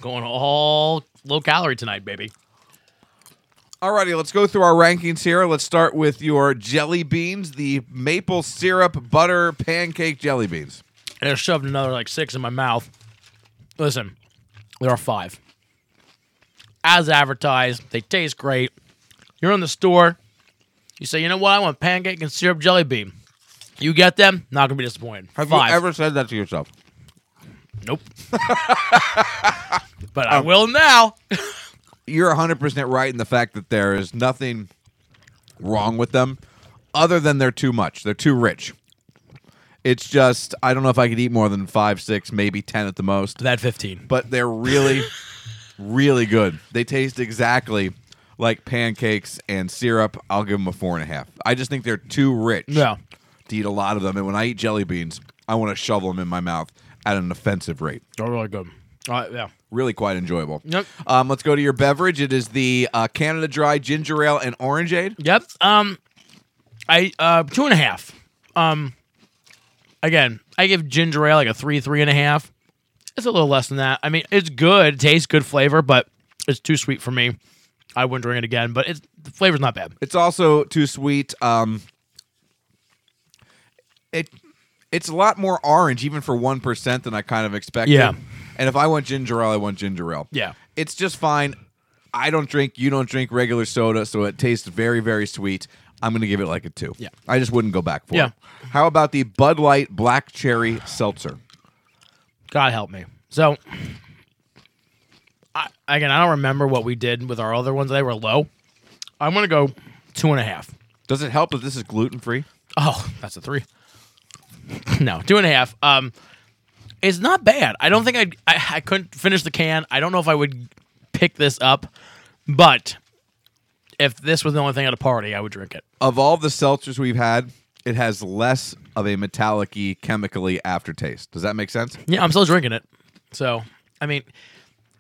[SPEAKER 2] Going all low calorie tonight, baby.
[SPEAKER 1] Alrighty, let's go through our rankings here. Let's start with your jelly beans, the maple syrup butter pancake jelly beans.
[SPEAKER 2] And I shoved another like six in my mouth. Listen, there are five. As advertised, they taste great. You're in the store. You say, you know what? I want pancake and syrup jelly bean. You get them, not gonna be disappointed.
[SPEAKER 1] Have
[SPEAKER 2] five.
[SPEAKER 1] you ever said that to yourself?
[SPEAKER 2] Nope. but I will now.
[SPEAKER 1] You're 100% right in the fact that there is nothing wrong with them other than they're too much. They're too rich. It's just, I don't know if I could eat more than five, six, maybe 10 at the most.
[SPEAKER 2] That 15.
[SPEAKER 1] but they're really, really good. They taste exactly like pancakes and syrup. I'll give them a four and a half. I just think they're too rich
[SPEAKER 2] Yeah.
[SPEAKER 1] to eat a lot of them. And when I eat jelly beans, I want to shovel them in my mouth at an offensive rate.
[SPEAKER 2] They're really good. All right, yeah.
[SPEAKER 1] Really quite enjoyable.
[SPEAKER 2] Yep.
[SPEAKER 1] Um, let's go to your beverage. It is the uh, Canada Dry Ginger Ale and Orangeade.
[SPEAKER 2] Yep. Um, I uh two and a half. Um, again, I give ginger ale like a three, three and a half. It's a little less than that. I mean, it's good, tastes good flavor, but it's too sweet for me. I wouldn't drink it again, but it's the flavor's not bad.
[SPEAKER 1] It's also too sweet. Um, it it's a lot more orange, even for one percent, than I kind of expected.
[SPEAKER 2] Yeah.
[SPEAKER 1] And if I want ginger ale, I want ginger ale.
[SPEAKER 2] Yeah.
[SPEAKER 1] It's just fine. I don't drink. You don't drink regular soda, so it tastes very, very sweet. I'm gonna give it like a two.
[SPEAKER 2] Yeah.
[SPEAKER 1] I just wouldn't go back for
[SPEAKER 2] Yeah.
[SPEAKER 1] it. How about the Bud Light Black Cherry Seltzer?
[SPEAKER 2] God help me. So, I, again, I don't remember what we did with our other ones. They were low. I'm gonna go two and a half.
[SPEAKER 1] Does it help that this is gluten free?
[SPEAKER 2] Oh, that's a three. no, two and a half. Um, it's not bad. I don't think I'd, I I couldn't finish the can. I don't know if I would pick this up, but if this was the only thing at a party, I would drink it.
[SPEAKER 1] Of all the seltzers we've had, it has less of a metallic-y, chemically aftertaste. Does that make sense?
[SPEAKER 2] Yeah, I'm still drinking it. So I mean,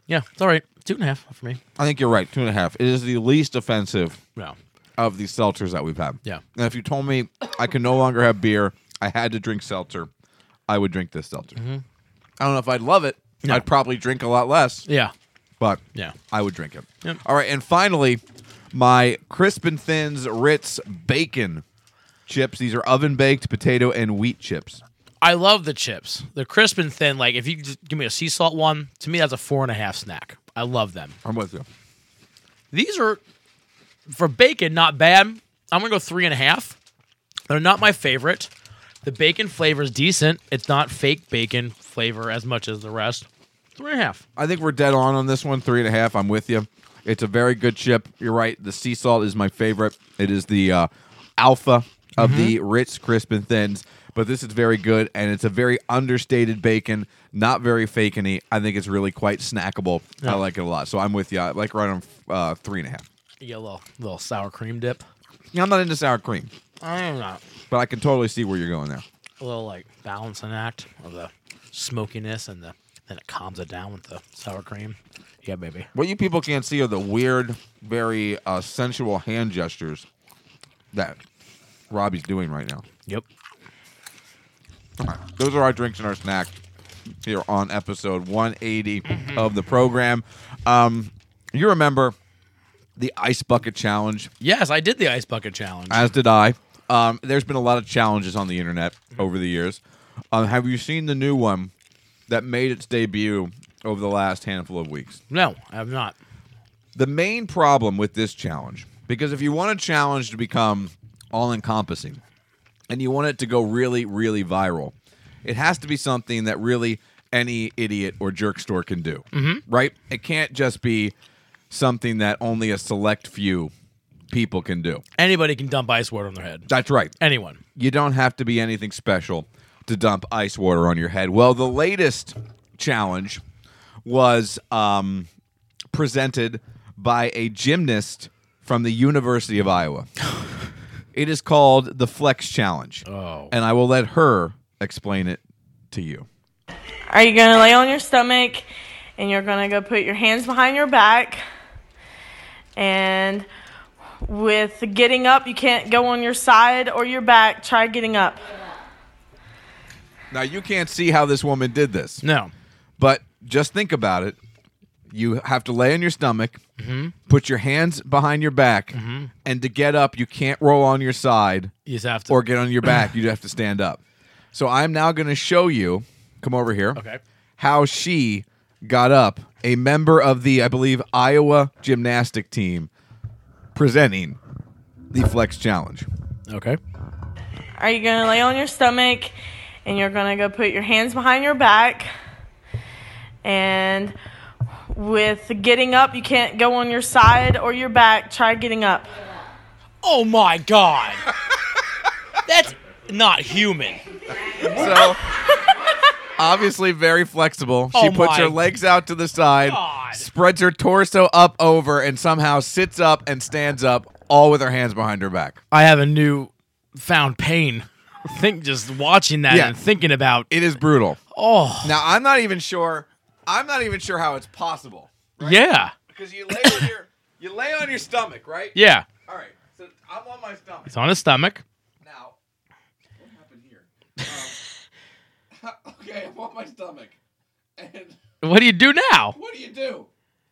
[SPEAKER 2] yeah, it's all right. Two and a half for me.
[SPEAKER 1] I think you're right. Two and a half. It is the least offensive
[SPEAKER 2] No,
[SPEAKER 1] of the seltzers that we've had.
[SPEAKER 2] Yeah.
[SPEAKER 1] And if you told me I can no longer have beer, I had to drink seltzer, I would drink this seltzer.
[SPEAKER 2] Mm-hmm.
[SPEAKER 1] I don't know if I'd love it.
[SPEAKER 2] No.
[SPEAKER 1] I'd probably drink a lot less,
[SPEAKER 2] yeah,
[SPEAKER 1] but
[SPEAKER 2] Yeah.
[SPEAKER 1] I would drink it.
[SPEAKER 2] Yep.
[SPEAKER 1] All right. And finally, my Crisp and Thins Ritz Bacon chips. These are oven baked potato and wheat chips.
[SPEAKER 2] I love the chips. They're crisp and thin. Like if you just give me a sea salt one, to me that's a four and a half snack. I love them.
[SPEAKER 1] I'm with you.
[SPEAKER 2] These are for bacon, not bad. I'm gonna go three and a half. They're not my favorite. The bacon flavor is decent. It's not fake bacon flavor as much as the rest. Three and a half.
[SPEAKER 1] I think we're dead on on this one. Three and a half. I'm with you. It's a very good chip. You're right. The sea salt is my favorite. It is the uh, alpha of the Ritz Crisp and Thins. But this is very good, and it's a very understated bacon, not very fakeny. I think it's really quite snackable. I like it a lot. So I'm with you. I like right on uh, three and a half.
[SPEAKER 2] You get a little little sour cream dip.
[SPEAKER 1] Yeah, I'm not into sour cream,
[SPEAKER 2] I am not
[SPEAKER 1] but I can totally see where you're going there.
[SPEAKER 2] a little like balancing act of the smokiness and the then it calms it down with the sour cream. Yeah, baby.
[SPEAKER 1] What you people can't see are the weird, very uh, sensual hand gestures that Robbie's doing right now.
[SPEAKER 2] Yep.
[SPEAKER 1] All right. Those are our drinks and our snacks here on episode 180 of the program. Um, you remember the ice bucket challenge,
[SPEAKER 2] Yes, I did the ice bucket challenge.
[SPEAKER 1] as did I. Um, there's been a lot of challenges on the internet over the years. Um, have you seen the new one that made its debut over the last handful of weeks?
[SPEAKER 2] no, I have not.
[SPEAKER 1] The main problem with this challenge Because if you want a challenge to become all encompassing and you want it to go really, really viral, it has to be something that really any idiot or jerk store can do. Mm-hmm. Right? It can't just be something that only a select few people can do.
[SPEAKER 2] Anybody can dump ice water on their head.
[SPEAKER 1] That's right.
[SPEAKER 2] Anyone.
[SPEAKER 1] You don't have to be anything special to dump ice water on your head. Well, the latest challenge was um, presented by a gymnast from the University of Iowa. it is called the Flex Challenge. Oh. And I will let her explain it to you.
[SPEAKER 6] Are you gonna lay on your stomach and you're gonna go put your hands behind your back? And with getting up, you can't go on your side or your back. Try getting up.
[SPEAKER 1] Now, you can't see how this woman did this.
[SPEAKER 2] No.
[SPEAKER 1] But just think about it. You have to lay on your stomach, put your hands behind your back, and to get up, you can't roll on your side
[SPEAKER 2] You just have to.
[SPEAKER 1] or get on your back. you have to stand up. So I'm now going to show you, come over here,
[SPEAKER 2] Okay.
[SPEAKER 1] how she got up, a member of the, I believe, Iowa gymnastic team presenting the Flex Challenge.
[SPEAKER 2] okay.
[SPEAKER 6] Are you gonna lay on your stomach and you're gonna go put your hands behind your back? And with getting up, you can't go on your side or your back. Try getting up.
[SPEAKER 2] Oh my god. That's not human.
[SPEAKER 1] So obviously very flexible. She
[SPEAKER 2] Oh
[SPEAKER 1] puts
[SPEAKER 2] my
[SPEAKER 1] her legs out to the side,
[SPEAKER 2] God.
[SPEAKER 1] spreads her torso up over, and somehow sits up and stands up, all with her hands behind her back.
[SPEAKER 2] I have a new found pain. Think just watching that
[SPEAKER 1] Yeah.
[SPEAKER 2] and thinking about
[SPEAKER 1] It is brutal.
[SPEAKER 2] oh
[SPEAKER 1] Now I'm not even sure. I'm not even sure how it's possible
[SPEAKER 2] yeah
[SPEAKER 1] because you lay on your you lay on your stomach, right?
[SPEAKER 2] yeah
[SPEAKER 1] All right. So I'm on my stomach
[SPEAKER 2] it's on his stomach
[SPEAKER 1] now. What happened here? Um, okay, I'm on my stomach, and.
[SPEAKER 2] what do you do now
[SPEAKER 1] What do you do?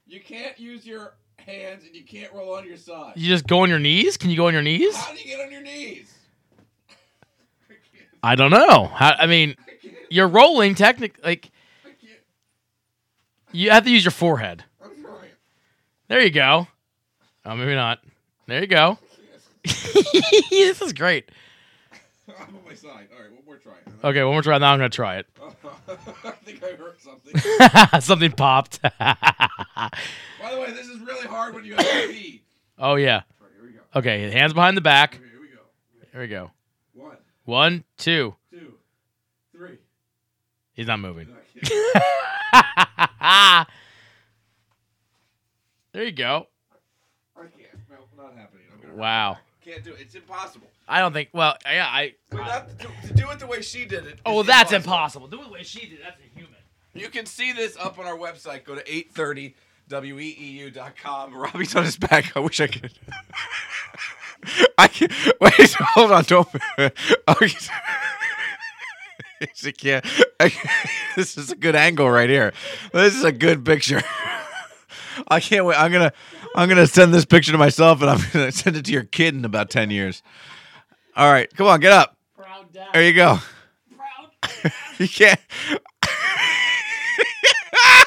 [SPEAKER 1] You can't use your hands and you can't roll on your side.
[SPEAKER 2] you just go on your knees can you go on your knees
[SPEAKER 1] How do you get on your knees?
[SPEAKER 2] I don't know How, I mean you're rolling technically like you have to use your forehead there you go oh maybe not there you go this is great
[SPEAKER 1] I'm on my side. All right, one more try.
[SPEAKER 2] okay one more try now I'm gonna try it
[SPEAKER 1] I think I heard something.
[SPEAKER 2] something popped
[SPEAKER 1] By the way, this is really hard when you have to pee.
[SPEAKER 2] oh yeah okay hands behind the back
[SPEAKER 1] Here we go.
[SPEAKER 2] there we go
[SPEAKER 1] One,
[SPEAKER 2] One, two.
[SPEAKER 1] two, three.
[SPEAKER 2] He's not moving. there you go.
[SPEAKER 1] I can't. No, not happening. I'm gonna-
[SPEAKER 2] Wow.
[SPEAKER 1] Can't do it. It's impossible.
[SPEAKER 2] I don't think. Well, yeah, I.
[SPEAKER 1] But not to, to do it the way she did it.
[SPEAKER 2] Oh, well,
[SPEAKER 1] is
[SPEAKER 2] that's impossible. Do it the way she did. That's a human.
[SPEAKER 1] You can see this up on our website. Go to 830 E weeu.com. Robbie's on his back. I wish I could. I can't. Wait, hold on. Don't. Okay. She can't. I can't- This is a good angle right here. This is a good picture. I can't wait. I'm gonna, I'm gonna send this picture to myself, and I'm gonna send it to your kid in about ten years. All right, come on, get up.
[SPEAKER 2] Proud dad.
[SPEAKER 1] There you go.
[SPEAKER 2] Proud.
[SPEAKER 1] You can't.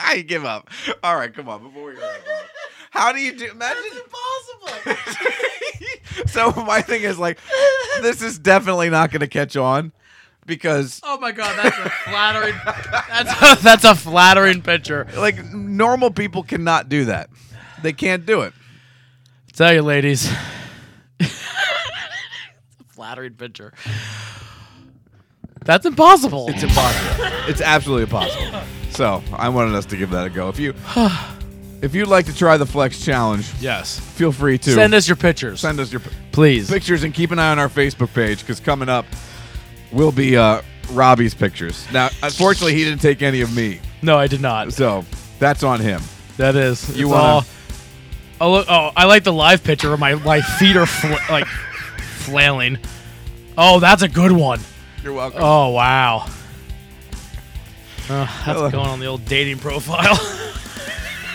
[SPEAKER 1] I give up. All right, come on. Before we go, how do you do? Imagine impossible. so my thing is like, this is definitely not going to catch on because
[SPEAKER 2] Oh my God, that's a flattering. that's a, that's a flattering picture.
[SPEAKER 1] like normal people cannot do that. They can't do it.
[SPEAKER 2] Tell you, ladies. flattering picture. That's impossible.
[SPEAKER 1] It's impossible. it's absolutely impossible. So I wanted us to give that a go. If you if you'd like to try the flex challenge,
[SPEAKER 2] yes.
[SPEAKER 1] feel free to
[SPEAKER 2] Send us your pictures,
[SPEAKER 1] send us your.
[SPEAKER 2] please.
[SPEAKER 1] pictures and keep an eye on our Facebook page because coming up will be uh, Robbie's pictures. Now, unfortunately, he didn't take any of me,
[SPEAKER 2] No, I did not.
[SPEAKER 1] so that's on him.
[SPEAKER 2] That is.
[SPEAKER 1] You
[SPEAKER 2] it's
[SPEAKER 1] wanna-
[SPEAKER 2] all- Oh look! Oh, I like the live picture where my my feet are fla- like flailing. Oh, that's a good one.
[SPEAKER 1] You're welcome.
[SPEAKER 2] Oh wow. Uh, that's going on the old dating profile.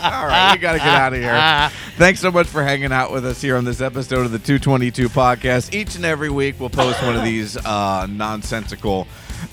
[SPEAKER 1] All right, we got to get out of here. Thanks so much for hanging out with us here on this episode of the 222 podcast. Each and every week, we'll post one of these uh, nonsensical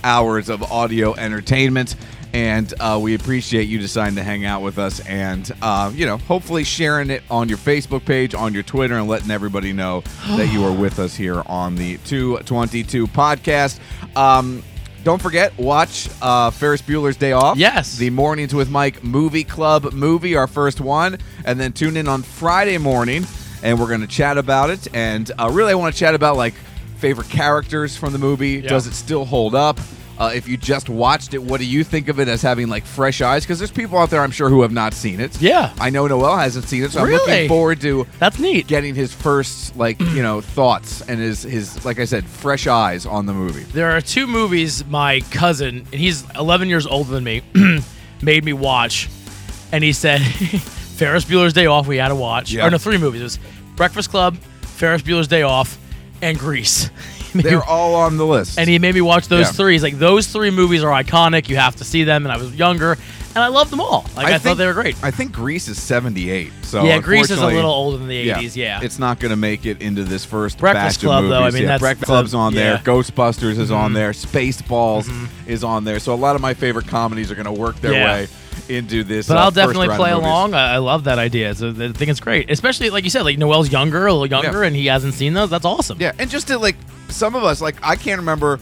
[SPEAKER 1] hours of audio entertainment. And uh, we appreciate you deciding to hang out with us and, uh, you know, hopefully sharing it on your Facebook page, on your Twitter, and letting everybody know that you are with us here on the 222 podcast. Um, don't forget, watch uh, Ferris Bueller's Day Off.
[SPEAKER 2] Yes.
[SPEAKER 1] The Mornings with Mike movie club movie, our first one. And then tune in on Friday morning and we're going to chat about it. And uh, really, I want to chat about like favorite characters from the movie. Does it still hold up? Uh, if you just watched it, what do you think of it as having like fresh eyes? Because there's people out there, I'm sure, who have not seen it.
[SPEAKER 2] Yeah.
[SPEAKER 1] I know Noel hasn't seen it, so I'm
[SPEAKER 2] Really?
[SPEAKER 1] looking forward to
[SPEAKER 2] That's neat.
[SPEAKER 1] getting his first like you know thoughts and his his like I said, fresh eyes on the movie.
[SPEAKER 2] There are two movies my cousin, and he's 11 years older than me, made me watch. And he said, Ferris Bueller's Day Off, we had to watch.
[SPEAKER 1] Yeah.
[SPEAKER 2] Or no, three movies. It was Breakfast Club, Ferris Bueller's Day Off, and Grease.
[SPEAKER 1] They're all on the list.
[SPEAKER 2] and he made me watch those
[SPEAKER 1] Yeah.
[SPEAKER 2] three. He's like, those three movies are iconic. You have to see them. And I was younger, and I loved them all. Like, I, thought they were great.
[SPEAKER 1] I think Greece is 78. So
[SPEAKER 2] yeah, Grease is a
[SPEAKER 1] unfortunately-
[SPEAKER 2] little older than the 80s. Yeah.
[SPEAKER 1] It's not going to make it into this first
[SPEAKER 2] Breakfast
[SPEAKER 1] batch
[SPEAKER 2] Club,
[SPEAKER 1] of
[SPEAKER 2] though, I
[SPEAKER 1] movies.
[SPEAKER 2] mean,
[SPEAKER 1] yeah,
[SPEAKER 2] that's-
[SPEAKER 1] Breakfast
[SPEAKER 2] that's a-
[SPEAKER 1] Club's on there.
[SPEAKER 2] yeah. Mm-hmm.
[SPEAKER 1] Ghostbusters is on there. Spaceballs is on there. So a lot of my favorite comedies are going to work their
[SPEAKER 2] Yeah.
[SPEAKER 1] way into this.
[SPEAKER 2] but
[SPEAKER 1] uh,
[SPEAKER 2] I'll
[SPEAKER 1] first
[SPEAKER 2] definitely
[SPEAKER 1] round of
[SPEAKER 2] play
[SPEAKER 1] movies.
[SPEAKER 2] along. I, I love that idea. So I think it's great, especially like you said, like Noel's younger, a little younger, and he hasn't seen those. That's awesome.
[SPEAKER 1] Yeah, and just to like some of us, like I can't remember.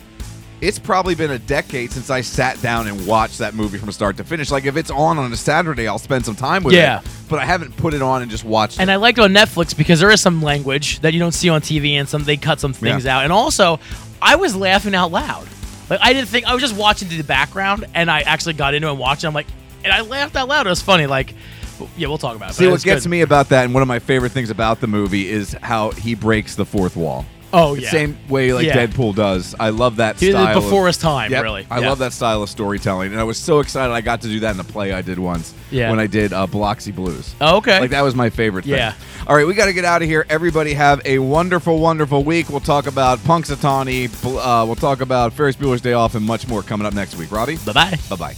[SPEAKER 1] It's probably been a decade since I sat down and watched that movie from start to finish. Like if it's on on a Saturday, I'll spend some time with
[SPEAKER 2] Yeah.
[SPEAKER 1] it. But I haven't put it on and just watched.
[SPEAKER 2] And
[SPEAKER 1] it.
[SPEAKER 2] I liked on Netflix because there is some language that you don't see on TV, and some they cut some things
[SPEAKER 1] Yeah.
[SPEAKER 2] out. And also, I was laughing out loud. Like I didn't think I was just watching to the background, and I actually got into it and watched. It, I'm like, and I laughed out loud. It was funny. Like, w- yeah, we'll talk about it.
[SPEAKER 1] See
[SPEAKER 2] but
[SPEAKER 1] what
[SPEAKER 2] it's
[SPEAKER 1] gets
[SPEAKER 2] good.
[SPEAKER 1] me about that, and one of my favorite things about the movie is how he breaks the fourth wall.
[SPEAKER 2] Oh
[SPEAKER 1] The
[SPEAKER 2] yeah,
[SPEAKER 1] same way like
[SPEAKER 2] Yeah.
[SPEAKER 1] Deadpool does. I love that
[SPEAKER 2] He did it
[SPEAKER 1] style.
[SPEAKER 2] before
[SPEAKER 1] of,
[SPEAKER 2] his time,
[SPEAKER 1] Yep.
[SPEAKER 2] really.
[SPEAKER 1] I
[SPEAKER 2] Yeah.
[SPEAKER 1] love that style of storytelling, and I was so excited I got to do that in the play I did once.
[SPEAKER 2] Yeah.
[SPEAKER 1] When I did uh, Biloxi Blues.
[SPEAKER 2] Oh, okay.
[SPEAKER 1] Like that was my favorite thing.
[SPEAKER 2] Yeah.
[SPEAKER 1] All right, we got to get out of here. Everybody have a wonderful, wonderful week. We'll talk about Punxsutawney. bl- Uh, we'll talk about Ferris Bueller's Day Off, and much more coming up next week. Robbie.
[SPEAKER 2] Bye bye.
[SPEAKER 1] Bye bye.